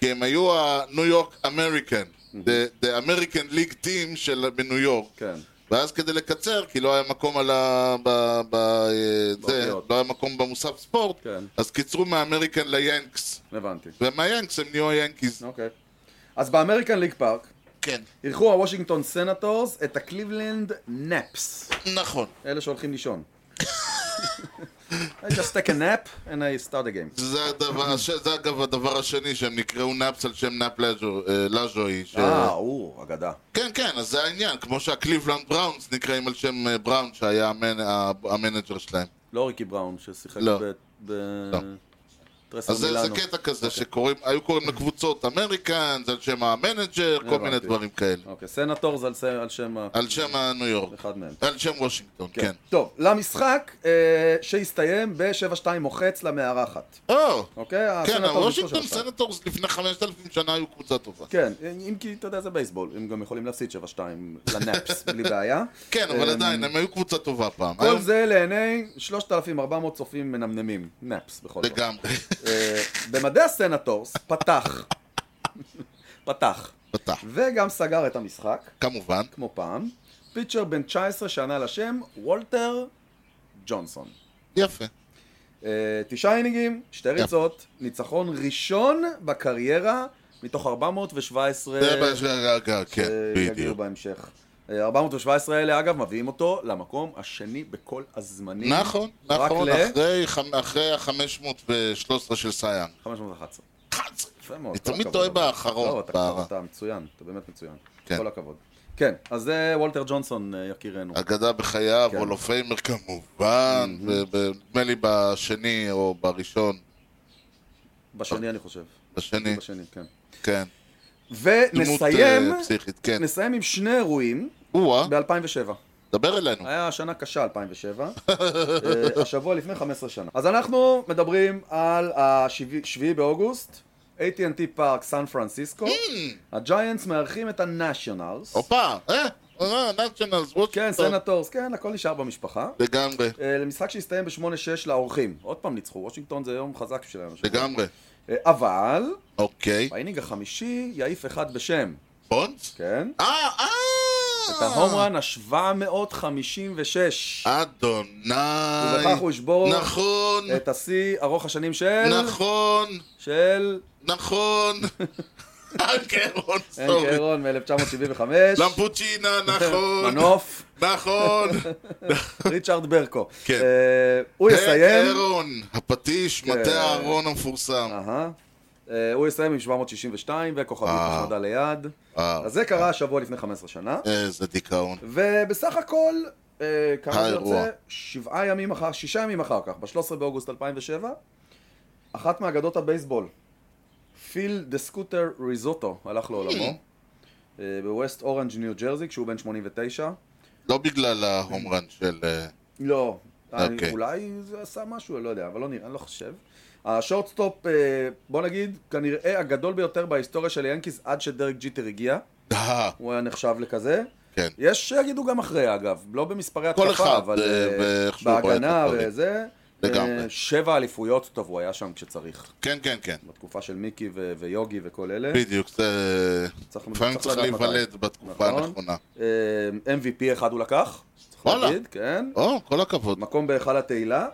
[SPEAKER 2] כי הם היו הניו יורק אמריקן. The American League Team של בניו יורק.
[SPEAKER 1] כן.
[SPEAKER 2] ואז כדי לקצר, כי לא היה מקום על ה... ב... ב... אה, זה,
[SPEAKER 1] באותיות.
[SPEAKER 2] לא היה מקום במוסף ספורט,
[SPEAKER 1] כן.
[SPEAKER 2] אז קיצרו מהאמריקן ליאנקס.
[SPEAKER 1] הבנתי.
[SPEAKER 2] ומהיאנקס הם נהיו היאנקיז.
[SPEAKER 1] אוקיי. אז באמריקן ליג פארק
[SPEAKER 2] כן.
[SPEAKER 1] אירחו הוושינגטון סנטורס את הקליבלנד נפס.
[SPEAKER 2] נכון.
[SPEAKER 1] אלה שהולכים לישון. I just take a nap and I start the game.
[SPEAKER 2] זה, הדבר, הש- זה אגב הדבר השני, שהם נקראו נאפס על שם נאפ לז'ו- אה, לז'וי. ש...
[SPEAKER 1] אה, הוא, אגדה.
[SPEAKER 2] כן, כן, אז זה העניין, כמו שהקליבלנד בראונס נקראים על שם אה, בראון, שהיה המנ... ה- המנג'ר שלהם.
[SPEAKER 1] לא ריקי בראון, ששיחק
[SPEAKER 2] לא.
[SPEAKER 1] ב... ב...
[SPEAKER 2] לא.
[SPEAKER 1] טרסר
[SPEAKER 2] אז זה, זה קטע כזה,
[SPEAKER 1] אוקיי.
[SPEAKER 2] שקוראים, היו קוראים לקבוצות אמריקן, זה על שם המנג'ר, כל מיני
[SPEAKER 1] הבנתי.
[SPEAKER 2] דברים כאלה.
[SPEAKER 1] אוקיי, סנטורס על ס- על שם ה...
[SPEAKER 2] על שם הניו יורק.
[SPEAKER 1] אחד מהם.
[SPEAKER 2] על שם וושינגטון, אה. כן.
[SPEAKER 1] טוב, למשחק אה, שהסתיים ב-7-2 מוחץ למארחת.
[SPEAKER 2] או,
[SPEAKER 1] אוקיי?
[SPEAKER 2] כן,
[SPEAKER 1] הסנטורס
[SPEAKER 2] אבל
[SPEAKER 1] ניצחו
[SPEAKER 2] וושינגטון
[SPEAKER 1] 7-2.
[SPEAKER 2] סנטורס לפני 5,000 שנה היו קבוצה טובה.
[SPEAKER 1] כן, אם כי, אתה יודע, זה בייסבול, הם גם יכולים להפסיד 7-2 לנאפס, בלי בעיה.
[SPEAKER 2] [laughs]
[SPEAKER 1] אה,
[SPEAKER 2] כן, אבל עדיין, הם היו קבוצה טובה פעם.
[SPEAKER 1] כל
[SPEAKER 2] היום-
[SPEAKER 1] זה לעיני 3,400 צופים מנמנמים, נאפס בכל זאת.
[SPEAKER 2] לגמרי, [laughs]
[SPEAKER 1] אה, במדי הסנטורס פתח, פתח,
[SPEAKER 2] בטח.
[SPEAKER 1] וגם סגר את המשחק,
[SPEAKER 2] כמובן.
[SPEAKER 1] כמו פעם, פיצ'ר בן 19 שענה לשם וולטר ג'ונסון.
[SPEAKER 2] יפה.
[SPEAKER 1] אה, תשעה אינינגים, שתי ריצות, ניצחון ראשון בקריירה מתוך 417
[SPEAKER 2] זה הבעיה של הגעגע, כן,
[SPEAKER 1] אה, שיגיעו
[SPEAKER 2] בדיוק.
[SPEAKER 1] אה, בהמשך. אה, 417 האלה, אגב, מביאים אותו למקום השני בכל הזמנים.
[SPEAKER 2] נכון,
[SPEAKER 1] רק
[SPEAKER 2] נכון,
[SPEAKER 1] ל-
[SPEAKER 2] אחרי חמ- אחרי ה-513 של סייאן.
[SPEAKER 1] 511. יפה מאוד.
[SPEAKER 2] אני
[SPEAKER 1] כל
[SPEAKER 2] תמיד
[SPEAKER 1] הכבוד,
[SPEAKER 2] טועה
[SPEAKER 1] אבל.
[SPEAKER 2] באחרון,
[SPEAKER 1] לא, אתה-
[SPEAKER 2] בהערה.
[SPEAKER 1] אתה מצוין, אתה באמת מצוין.
[SPEAKER 2] כן.
[SPEAKER 1] כל הכבוד. כן, אז זה וולטר ג'ונסון, אה, יקירנו.
[SPEAKER 2] אגדה בחייו,
[SPEAKER 1] כן. Mm-hmm.
[SPEAKER 2] הולו פיימר כמובן, ו- ו- נדמה לי בשני או בראשון,
[SPEAKER 1] בשני, אני חושב.
[SPEAKER 2] אה, בשני,
[SPEAKER 1] בשני, כן.
[SPEAKER 2] כן. דמות
[SPEAKER 1] ונסיים,
[SPEAKER 2] אה, פסיכית, כן. אה?
[SPEAKER 1] נסיים עם שני אירועים
[SPEAKER 2] או-אה,
[SPEAKER 1] ב-2007.
[SPEAKER 2] דבר אלינו.
[SPEAKER 1] היה שנה
[SPEAKER 2] [laughs]
[SPEAKER 1] קשה, 2007. אה, השבוע לפני 15 שנה. אז אנחנו מדברים על ה-7 באוגוסט, AT&T פארק סן פרנסיסקו. הג'יינטס מארחים את הנשיונלס.
[SPEAKER 2] Mm. הופה, אה, אה, נאצ'ונלס,
[SPEAKER 1] כן,
[SPEAKER 2] וושינגטון.
[SPEAKER 1] סנטורס, כן, הכל נשאר במשפחה.
[SPEAKER 2] לגמרי,
[SPEAKER 1] אה, למשחק שהסתיים ב-8-6 לאורחים. עוד פעם ניצחו, וושינגטון זה יום חזק שלהם.
[SPEAKER 2] לגמרי.
[SPEAKER 1] אה, אבל,
[SPEAKER 2] אוקיי.
[SPEAKER 1] באינינג החמישי יעיף אחד בשם,
[SPEAKER 2] בונדס?
[SPEAKER 1] כן?
[SPEAKER 2] אה, אה!
[SPEAKER 1] את ההומרן ה-756.
[SPEAKER 2] אדוני.
[SPEAKER 1] ובכך הוא ישבור
[SPEAKER 2] נכון,
[SPEAKER 1] את השיא ארוך השנים של...
[SPEAKER 2] נכון,
[SPEAKER 1] של [laughs]
[SPEAKER 2] נכון. אה, כן, אנקרון,
[SPEAKER 1] אן
[SPEAKER 2] סורי.
[SPEAKER 1] קרון מ-1975. [laughs]
[SPEAKER 2] למפוצ'ינה, נכון.
[SPEAKER 1] מנוף,
[SPEAKER 2] נכון.
[SPEAKER 1] ריצ'רד ברקו.
[SPEAKER 2] כן.
[SPEAKER 1] אה, [laughs] הוא יסיים.
[SPEAKER 2] אנקרון, הפטיש,
[SPEAKER 1] כן.
[SPEAKER 2] מטה אהרון המפורסם.
[SPEAKER 1] אהה. אה, הוא יסיים עם 762 וכוכבית
[SPEAKER 2] אה.
[SPEAKER 1] נחמדה ליד.
[SPEAKER 2] אה,
[SPEAKER 1] אז זה קרה השבוע לפני 15 שנה.
[SPEAKER 2] איזה דיכאון.
[SPEAKER 1] ובסך הכל, אה, כמה
[SPEAKER 2] האירוע.
[SPEAKER 1] יוצא? שבעה ימים אחר, שישה ימים אחר כך, ב-13 באוגוסט 2007, אחת מאגדות הבייסבול, פיל דה סקוטר ריזוטו, הלך לעולמו,
[SPEAKER 2] Hmm.
[SPEAKER 1] אה, בווסט אורנג' ניו ג'רזי, כשהוא בן 89.
[SPEAKER 2] לא בגלל ההומרן של... אה,
[SPEAKER 1] לא, אני-
[SPEAKER 2] אוקיי.
[SPEAKER 1] אולי זה עשה משהו, אני לא יודע, אבל לא נראה, אני לא חושב. השורטסטופ, אה, בוא נגיד, כנראה הגדול ביותר בהיסטוריה של ינקיס עד שדרק ג'יטר הגיע,
[SPEAKER 2] אה,
[SPEAKER 1] הוא היה נחשב לכזה.
[SPEAKER 2] כן.
[SPEAKER 1] יש שיגידו גם אחרי אגב, לא במספרי
[SPEAKER 2] כל
[SPEAKER 1] התקפה,
[SPEAKER 2] אחד,
[SPEAKER 1] אבל
[SPEAKER 2] אה,
[SPEAKER 1] אה,
[SPEAKER 2] ואיך שהוא רואה את
[SPEAKER 1] בהגנה
[SPEAKER 2] הדברים.
[SPEAKER 1] וזה.
[SPEAKER 2] לגמרי.
[SPEAKER 1] אה, שבע אליפויות, טוב, הוא היה שם כשצריך,
[SPEAKER 2] כן, כן, כן.
[SPEAKER 1] בתקופה של מיקי ו- ויוגי וכל אלה.
[SPEAKER 2] בדיוק, זה...
[SPEAKER 1] אוקיי. צריך-
[SPEAKER 2] לפעמים צריך
[SPEAKER 1] לדעת מתי.
[SPEAKER 2] להיוולד בתקופה
[SPEAKER 1] נכון.
[SPEAKER 2] הנכונה.
[SPEAKER 1] אה, MVP אחד הוא לקח, צריך
[SPEAKER 2] וואלה.
[SPEAKER 1] להגיד, כן.
[SPEAKER 2] או, כל הכבוד.
[SPEAKER 1] מקום בהיכל התהילה.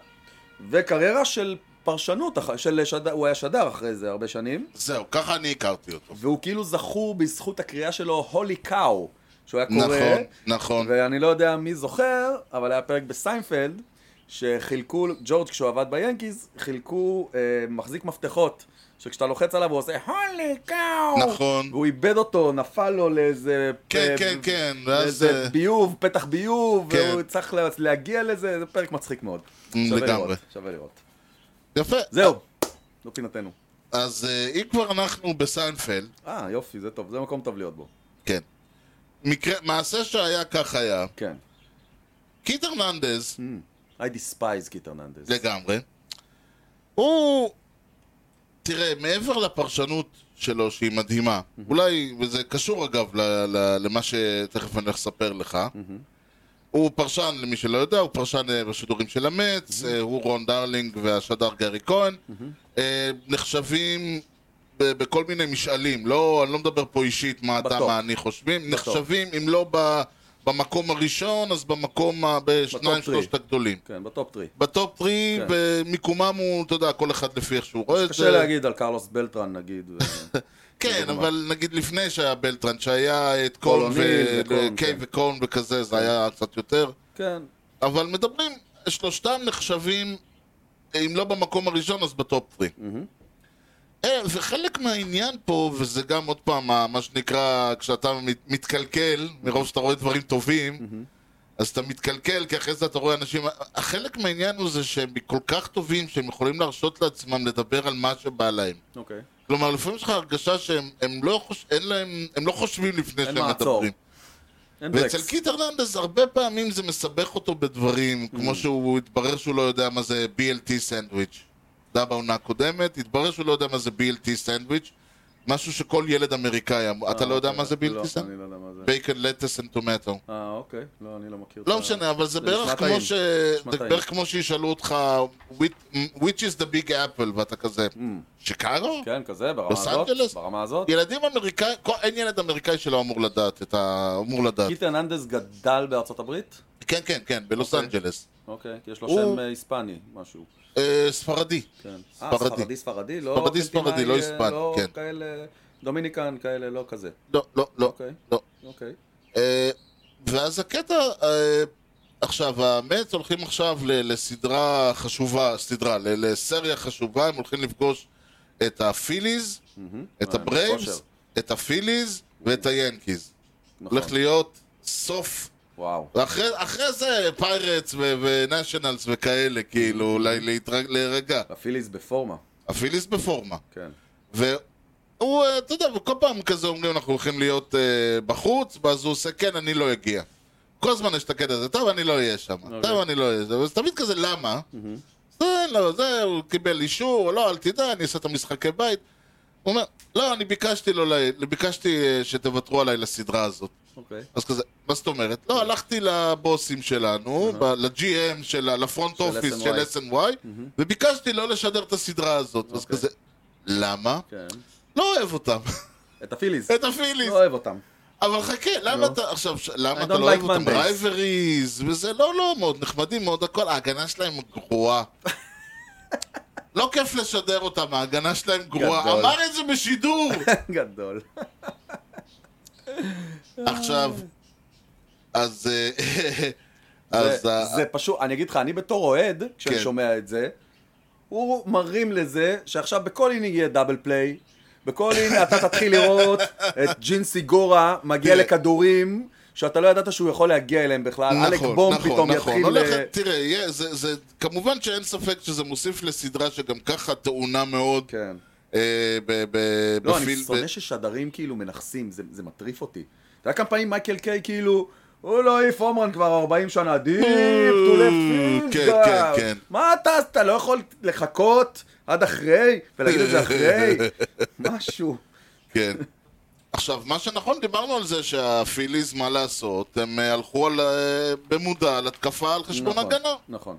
[SPEAKER 1] וקריירה של פרשנות, אח- של שד... הוא היה שדר אחרי זה הרבה שנים.
[SPEAKER 2] זהו, ככה אני הכרתי אותו.
[SPEAKER 1] והוא כאילו זכור בזכות הקריאה שלו, הולי קאו, שהוא היה קורא.
[SPEAKER 2] נכון, נכון.
[SPEAKER 1] ואני לא יודע מי זוכר, אבל היה פרק בסיינפלד, שחילקו, ג'ורג' כשהוא עבד ביאנקיז, חילקו אה, מחזיק מפתחות, שכשאתה לוחץ עליו הוא עושה הולי קאו!
[SPEAKER 2] נכון.
[SPEAKER 1] והוא איבד אותו, נפל לו לאיזה...
[SPEAKER 2] כן,
[SPEAKER 1] אה,
[SPEAKER 2] כן, כן, ואז...
[SPEAKER 1] איזה
[SPEAKER 2] אה,
[SPEAKER 1] ביוב, פתח ביוב,
[SPEAKER 2] כן. Mm,
[SPEAKER 1] והוא צריך לה- להגיע לזה, זה פרק מצחיק מאוד. שווה
[SPEAKER 2] לגמרי.
[SPEAKER 1] לראות, שווה לראות.
[SPEAKER 2] יפה.
[SPEAKER 1] זהו, זו פינתנו.
[SPEAKER 2] אז אה, אם כבר אנחנו בסיינפלד,
[SPEAKER 1] אה, יופי, זה טוב, זה מקום טוב להיות בו.
[SPEAKER 2] כן. מקרה, מעשה שהיה כך היה,
[SPEAKER 1] כן.
[SPEAKER 2] קיט הרננדז,
[SPEAKER 1] I despise קיט הרננדז.
[SPEAKER 2] לגמרי, הוא... תראה, מעבר לפרשנות שלו, שהיא מדהימה, אולי, וזה קשור אגב ל- ל- למה שתכף אני הולך לספר לך, הוא פרשן, למי שלא יודע, הוא פרשן אה, בשידורים של אמץ, אה, הוא רון דרלינג והשדר גארי כהן, אה, נחשבים ב- בכל מיני משאלים, לא, אני לא מדבר פה אישית מה אתה,
[SPEAKER 1] בטופ.
[SPEAKER 2] מה אני חושבים,
[SPEAKER 1] בטופ.
[SPEAKER 2] נחשבים, אם לא ב- במקום הראשון, אז במקום, ה- בשניים,
[SPEAKER 1] בטופ טרי.
[SPEAKER 2] שלושת הגדולים.
[SPEAKER 1] כן, בטופ טרי.
[SPEAKER 2] בטופ טרי,
[SPEAKER 1] כן.
[SPEAKER 2] במיקומם הוא, אתה יודע, כל אחד לפי איך שהוא רואה את זה.
[SPEAKER 1] קשה להגיד על קרלוס בלטרן, נגיד. ו-
[SPEAKER 2] כן,
[SPEAKER 1] לדוגמה.
[SPEAKER 2] אבל נגיד לפני שהיה בלטרן, שהיה את קול
[SPEAKER 1] קולוניל וקון,
[SPEAKER 2] וקיי
[SPEAKER 1] כן.
[SPEAKER 2] וקון וכזה, זה היה קצת יותר.
[SPEAKER 1] כן,
[SPEAKER 2] אבל מדברים, שלושתם נחשבים, אם לא במקום הראשון, אז בטופ טרי.
[SPEAKER 1] Mm-hmm.
[SPEAKER 2] אה, וחלק מהעניין פה, וזה גם עוד פעם, מה- מה שנקרא, כשאתה מת- מתקלקל, מרוב שאתה רואה דברים טובים,
[SPEAKER 1] Mm-hmm.
[SPEAKER 2] אז אתה מתקלקל, כי אחרי זה אתה רואה אנשים... חלק מהעניין הוא זה שהם כל כך טובים, שהם יכולים להרשות לעצמם לדבר על מה שבא להם.
[SPEAKER 1] אוקיי.
[SPEAKER 2] כלומר, לפעמים יש לך הרגשה שהם הם לא, חוש... אין להם, הם לא חושבים לפני
[SPEAKER 1] אין
[SPEAKER 2] שהם
[SPEAKER 1] מעצור.
[SPEAKER 2] מדברים.
[SPEAKER 1] אין ברקס.
[SPEAKER 2] ואצל קיט הרננדז הרבה פעמים זה מסבך אותו בדברים,
[SPEAKER 1] Mm.
[SPEAKER 2] כמו שהוא התברר שהוא לא יודע מה זה BLT סנדוויץ'. זה היה בעונה הקודמת, התברר שהוא לא יודע מה זה BLT סנדוויץ', משהו שכל ילד אמריקאי, אמר. אתה לא יודע מה זה
[SPEAKER 1] לא,
[SPEAKER 2] BLT
[SPEAKER 1] אני
[SPEAKER 2] סנדוויץ'?
[SPEAKER 1] לא יודע מה זה.
[SPEAKER 2] בייקן לטס אנד טומטו.
[SPEAKER 1] אה, אוקיי. לא, אני לא מכיר. את
[SPEAKER 2] לא
[SPEAKER 1] ה-
[SPEAKER 2] משנה, אבל זה
[SPEAKER 1] זה
[SPEAKER 2] בערך
[SPEAKER 1] נשמע
[SPEAKER 2] כמו
[SPEAKER 1] טעים.
[SPEAKER 2] ש...
[SPEAKER 1] נשמע
[SPEAKER 2] זה
[SPEAKER 1] טעים.
[SPEAKER 2] בערך כמו שישאלו אותך, "Which- which is the big apple, ואתה כזה, שיקגו?
[SPEAKER 1] Mm. כן, כזה, ברמה
[SPEAKER 2] לוס
[SPEAKER 1] הזאת.
[SPEAKER 2] אנג'לס?
[SPEAKER 1] ברמה הזאת.
[SPEAKER 2] ילדים אמריקאים, כל- אין ילד אמריקאי שלא אמור לדעת את ה... אמור לדעת.
[SPEAKER 1] קיט הרננדז גדל בארצות הברית?
[SPEAKER 2] כן, כן, כן, בלוס
[SPEAKER 1] אוקיי.
[SPEAKER 2] אנג'לס.
[SPEAKER 1] אוקיי, כי יש לו
[SPEAKER 2] הוא-
[SPEAKER 1] שם אה, היספני, משהו.
[SPEAKER 2] אה, ספרדי.
[SPEAKER 1] כן. אה,
[SPEAKER 2] ספרדי.
[SPEAKER 1] ספרדי, ספרדי, לא...
[SPEAKER 2] ספרדי,
[SPEAKER 1] ארגנטינאי,
[SPEAKER 2] ספרדי, לא
[SPEAKER 1] אה,
[SPEAKER 2] היספני,
[SPEAKER 1] לא
[SPEAKER 2] כן.
[SPEAKER 1] כאלה... דומיניקן, כאלה, לא כזה.
[SPEAKER 2] לא, לא, לא.
[SPEAKER 1] אוקיי.
[SPEAKER 2] לא.
[SPEAKER 1] אוקיי.
[SPEAKER 2] אה, ואז הקטע, אה, עכשיו, המץ הולכים עכשיו ל- לסדרה חשובה, סדרה, ל- לסריה חשובה, הם הולכים לפגוש את הפיליז, את
[SPEAKER 1] אה,
[SPEAKER 2] הברייבס,
[SPEAKER 1] בכושר.
[SPEAKER 2] את הפיליז ואת היאנקיז.
[SPEAKER 1] נכון.
[SPEAKER 2] הולך להיות סוף
[SPEAKER 1] וואו.
[SPEAKER 2] ואחרי אחרי זה פיירטס ו- ונשיונלס וכאלה, כאילו, ל- להתרג- להירגע.
[SPEAKER 1] הפיליז בפורמה,
[SPEAKER 2] הפיליס בפורמה.
[SPEAKER 1] כן.
[SPEAKER 2] והוא, אה, אתה יודע, וכל פעם כזה אומרים, אנחנו הולכים להיות אה, בחוץ, ואז הוא עושה, כן, אני לא אגיע. כל הזמן יש את הקטע הזה, טוב, אני לא אהיה שם, טוב, אני לא אהיה שם. אז תמיד כזה, למה? זה, לא, זה, הוא קיבל אישור, לא, אל תדע, אני אעשה את המשחקי בית. הוא אומר, לא, אני ביקשתי לא ל... ביקשתי אה, שתוותרו עליי לסדרה הזאת.
[SPEAKER 1] אוקיי.
[SPEAKER 2] אז כזה, מה זאת אומרת? לא, הלכתי לבוסים שלנו, ב- ל-GM, של ה- לפרונט
[SPEAKER 1] של
[SPEAKER 2] אופיס
[SPEAKER 1] SNY.
[SPEAKER 2] של SNY, וביקשתי לא לשדר את הסדרה הזאת. אז
[SPEAKER 1] אוקיי.
[SPEAKER 2] כזה, למה?
[SPEAKER 1] כן.
[SPEAKER 2] לא אוהב אותם. [laughs]
[SPEAKER 1] את הפיליז.
[SPEAKER 2] את הפיליז.
[SPEAKER 1] לא אוהב אותם. [laughs]
[SPEAKER 2] אבל חכה, למה אתה, עכשיו, ש- למה
[SPEAKER 1] I
[SPEAKER 2] אתה
[SPEAKER 1] don't
[SPEAKER 2] לא אוהב
[SPEAKER 1] like
[SPEAKER 2] אותם?
[SPEAKER 1] Mondays.
[SPEAKER 2] רייבריז, וזה לא, לא, מאוד נחמדים, מאוד הכל, ההגנה שלהם
[SPEAKER 1] [laughs]
[SPEAKER 2] גרועה. לא כיף לשדר אותם, ההגנה שלהם גרועה.
[SPEAKER 1] גדול.
[SPEAKER 2] אמר את זה
[SPEAKER 1] [laughs]
[SPEAKER 2] בשידור!
[SPEAKER 1] גדול.
[SPEAKER 2] עכשיו, אז... אה, אז... אה,
[SPEAKER 1] זה,
[SPEAKER 2] ה-
[SPEAKER 1] זה פשוט, אני אגיד לך, אני בתור אוהד, כשאני
[SPEAKER 2] כן.
[SPEAKER 1] שומע את זה, הוא מרים לזה שעכשיו בכל אינינג יהיה דאבל פליי, בכל אינינג אתה תתחיל לראות את ג'ין סיגורה מגיע
[SPEAKER 2] תראה.
[SPEAKER 1] לכדורים שאתה לא ידעת שהוא יכול להגיע אליהם בכלל,
[SPEAKER 2] אה, נכון,
[SPEAKER 1] אלק בום פתאום יתחיל...
[SPEAKER 2] הולך,
[SPEAKER 1] אה,
[SPEAKER 2] נכון. תראה, יהיה, זה, זה, כמובן שאין ספק שזה מוסיף לסדרה שגם ככה טעונה מאוד.
[SPEAKER 1] כן.
[SPEAKER 2] אה, ב, ב,
[SPEAKER 1] לא, אני
[SPEAKER 2] בפיל-
[SPEAKER 1] שונא
[SPEAKER 2] ב-
[SPEAKER 1] ששדרים כאילו מנכסים, זה, זה מטריף אותי. אתה יודע כמה פעמים מייקל קיי כאילו, הוא לא העיף הומרן כבר 40 שנה, דיפ, to left field
[SPEAKER 2] כן,
[SPEAKER 1] guard."
[SPEAKER 2] כן, כן.
[SPEAKER 1] מה אתה, אז אתה לא יכול לחכות עד אחרי, ולהגיד את זה אחרי?
[SPEAKER 2] [laughs]
[SPEAKER 1] משהו.
[SPEAKER 2] כן. עכשיו, מה שנכון, דיברנו על זה שהפיליז, מה לעשות, הם אה, הלכו על, אה, במודע על התקפה על חשבון
[SPEAKER 1] נכון,
[SPEAKER 2] הגנה.
[SPEAKER 1] נכון.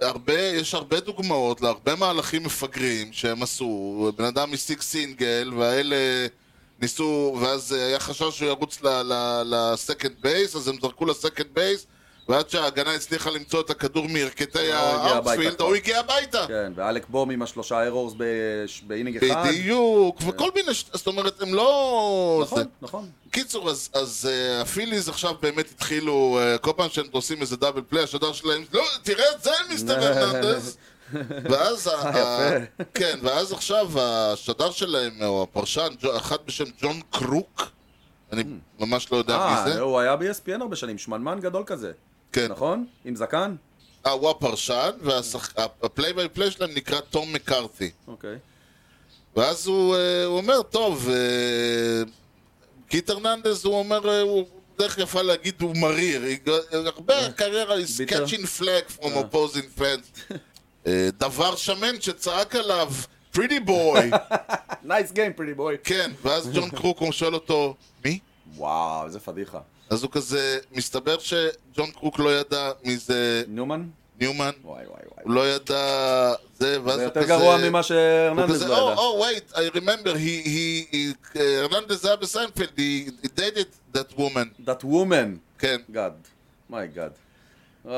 [SPEAKER 2] והרבה, יש הרבה דוגמאות להרבה מהלכים מפגרים שהם עשו. בן אדם השיג סינגל, והאלה אה, ניסו, ואז היה חשש שהוא ירוץ לסקנד בייס, אז הם זרקו לסקנד בייס, ועד שההגנה הצליחה למצוא את הכדור מירכתי
[SPEAKER 1] הגיע הביתה
[SPEAKER 2] האאוטפילד,
[SPEAKER 1] כבר.
[SPEAKER 2] הוא הגיע הביתה.
[SPEAKER 1] כן, ואלק בום עם השלושה ארורס בש- באינינג אחד.
[SPEAKER 2] בדיוק, וכל מיני, ש- זאת אומרת, הם לא...
[SPEAKER 1] נכון,
[SPEAKER 2] זה-
[SPEAKER 1] נכון.
[SPEAKER 2] קיצור, אז, אז uh, הפיליז עכשיו באמת התחילו, uh, כל פעם שהם עושים איזה דאבל פליי, השדר שלהם, לא, תראה את זה, מיסטר
[SPEAKER 1] [laughs]
[SPEAKER 2] הרננדז. ואז, ה- ה-
[SPEAKER 1] יפה.
[SPEAKER 2] כן, ואז עכשיו השדר שלהם, או הפרשן, ג'ו- אחד בשם ג'ון קרוק, אני ממש לא יודע מי
[SPEAKER 1] אה,
[SPEAKER 2] זה,
[SPEAKER 1] הוא היה ב-ESPN הרבה שנים, שמנמן גדול כזה.
[SPEAKER 2] כן,
[SPEAKER 1] נכון? עם זקן?
[SPEAKER 2] אה, הוא הפרשן, והפליי ביי פליי שלהם נקרא תום מקארתי. [laughs]
[SPEAKER 1] אוקיי.
[SPEAKER 2] ואז הוא, אה, הוא אומר, טוב, אה, קיט הרננדז, הוא אומר, אה, הוא דרך יפה להגיד, הוא מריר. He got- הרבה
[SPEAKER 1] אה,
[SPEAKER 2] הקריירה is
[SPEAKER 1] ביטר.
[SPEAKER 2] catching flag from
[SPEAKER 1] אה.
[SPEAKER 2] opposing
[SPEAKER 1] [laughs]
[SPEAKER 2] fans. אה, דבר שמן שצעק עליו, pretty
[SPEAKER 1] [laughs]
[SPEAKER 2] boy.
[SPEAKER 1] נייס גיים, פריטי בוי.
[SPEAKER 2] כן, ואז ג'ון קרוק הוא שואל אותו, מי?
[SPEAKER 1] וואו, איזה פדיחה.
[SPEAKER 2] אז הוא כזה, מסתבר שג'ון קרוק לא ידע מי זה
[SPEAKER 1] ניומן?
[SPEAKER 2] ניומן,
[SPEAKER 1] וואי וואי וואי.
[SPEAKER 2] הוא לא ידע זה, ואז
[SPEAKER 1] זה
[SPEAKER 2] הוא
[SPEAKER 1] יותר
[SPEAKER 2] כזה...
[SPEAKER 1] גרוע ממה
[SPEAKER 2] הוא
[SPEAKER 1] שהרננדז
[SPEAKER 2] כזה,
[SPEAKER 1] לא ידע.
[SPEAKER 2] oh, oh, wait, I remember, he, he, he, uh, הרננדז היה בסיינפלד, he, he dated that woman,
[SPEAKER 1] That woman.
[SPEAKER 2] כן,
[SPEAKER 1] God. מיי גאד.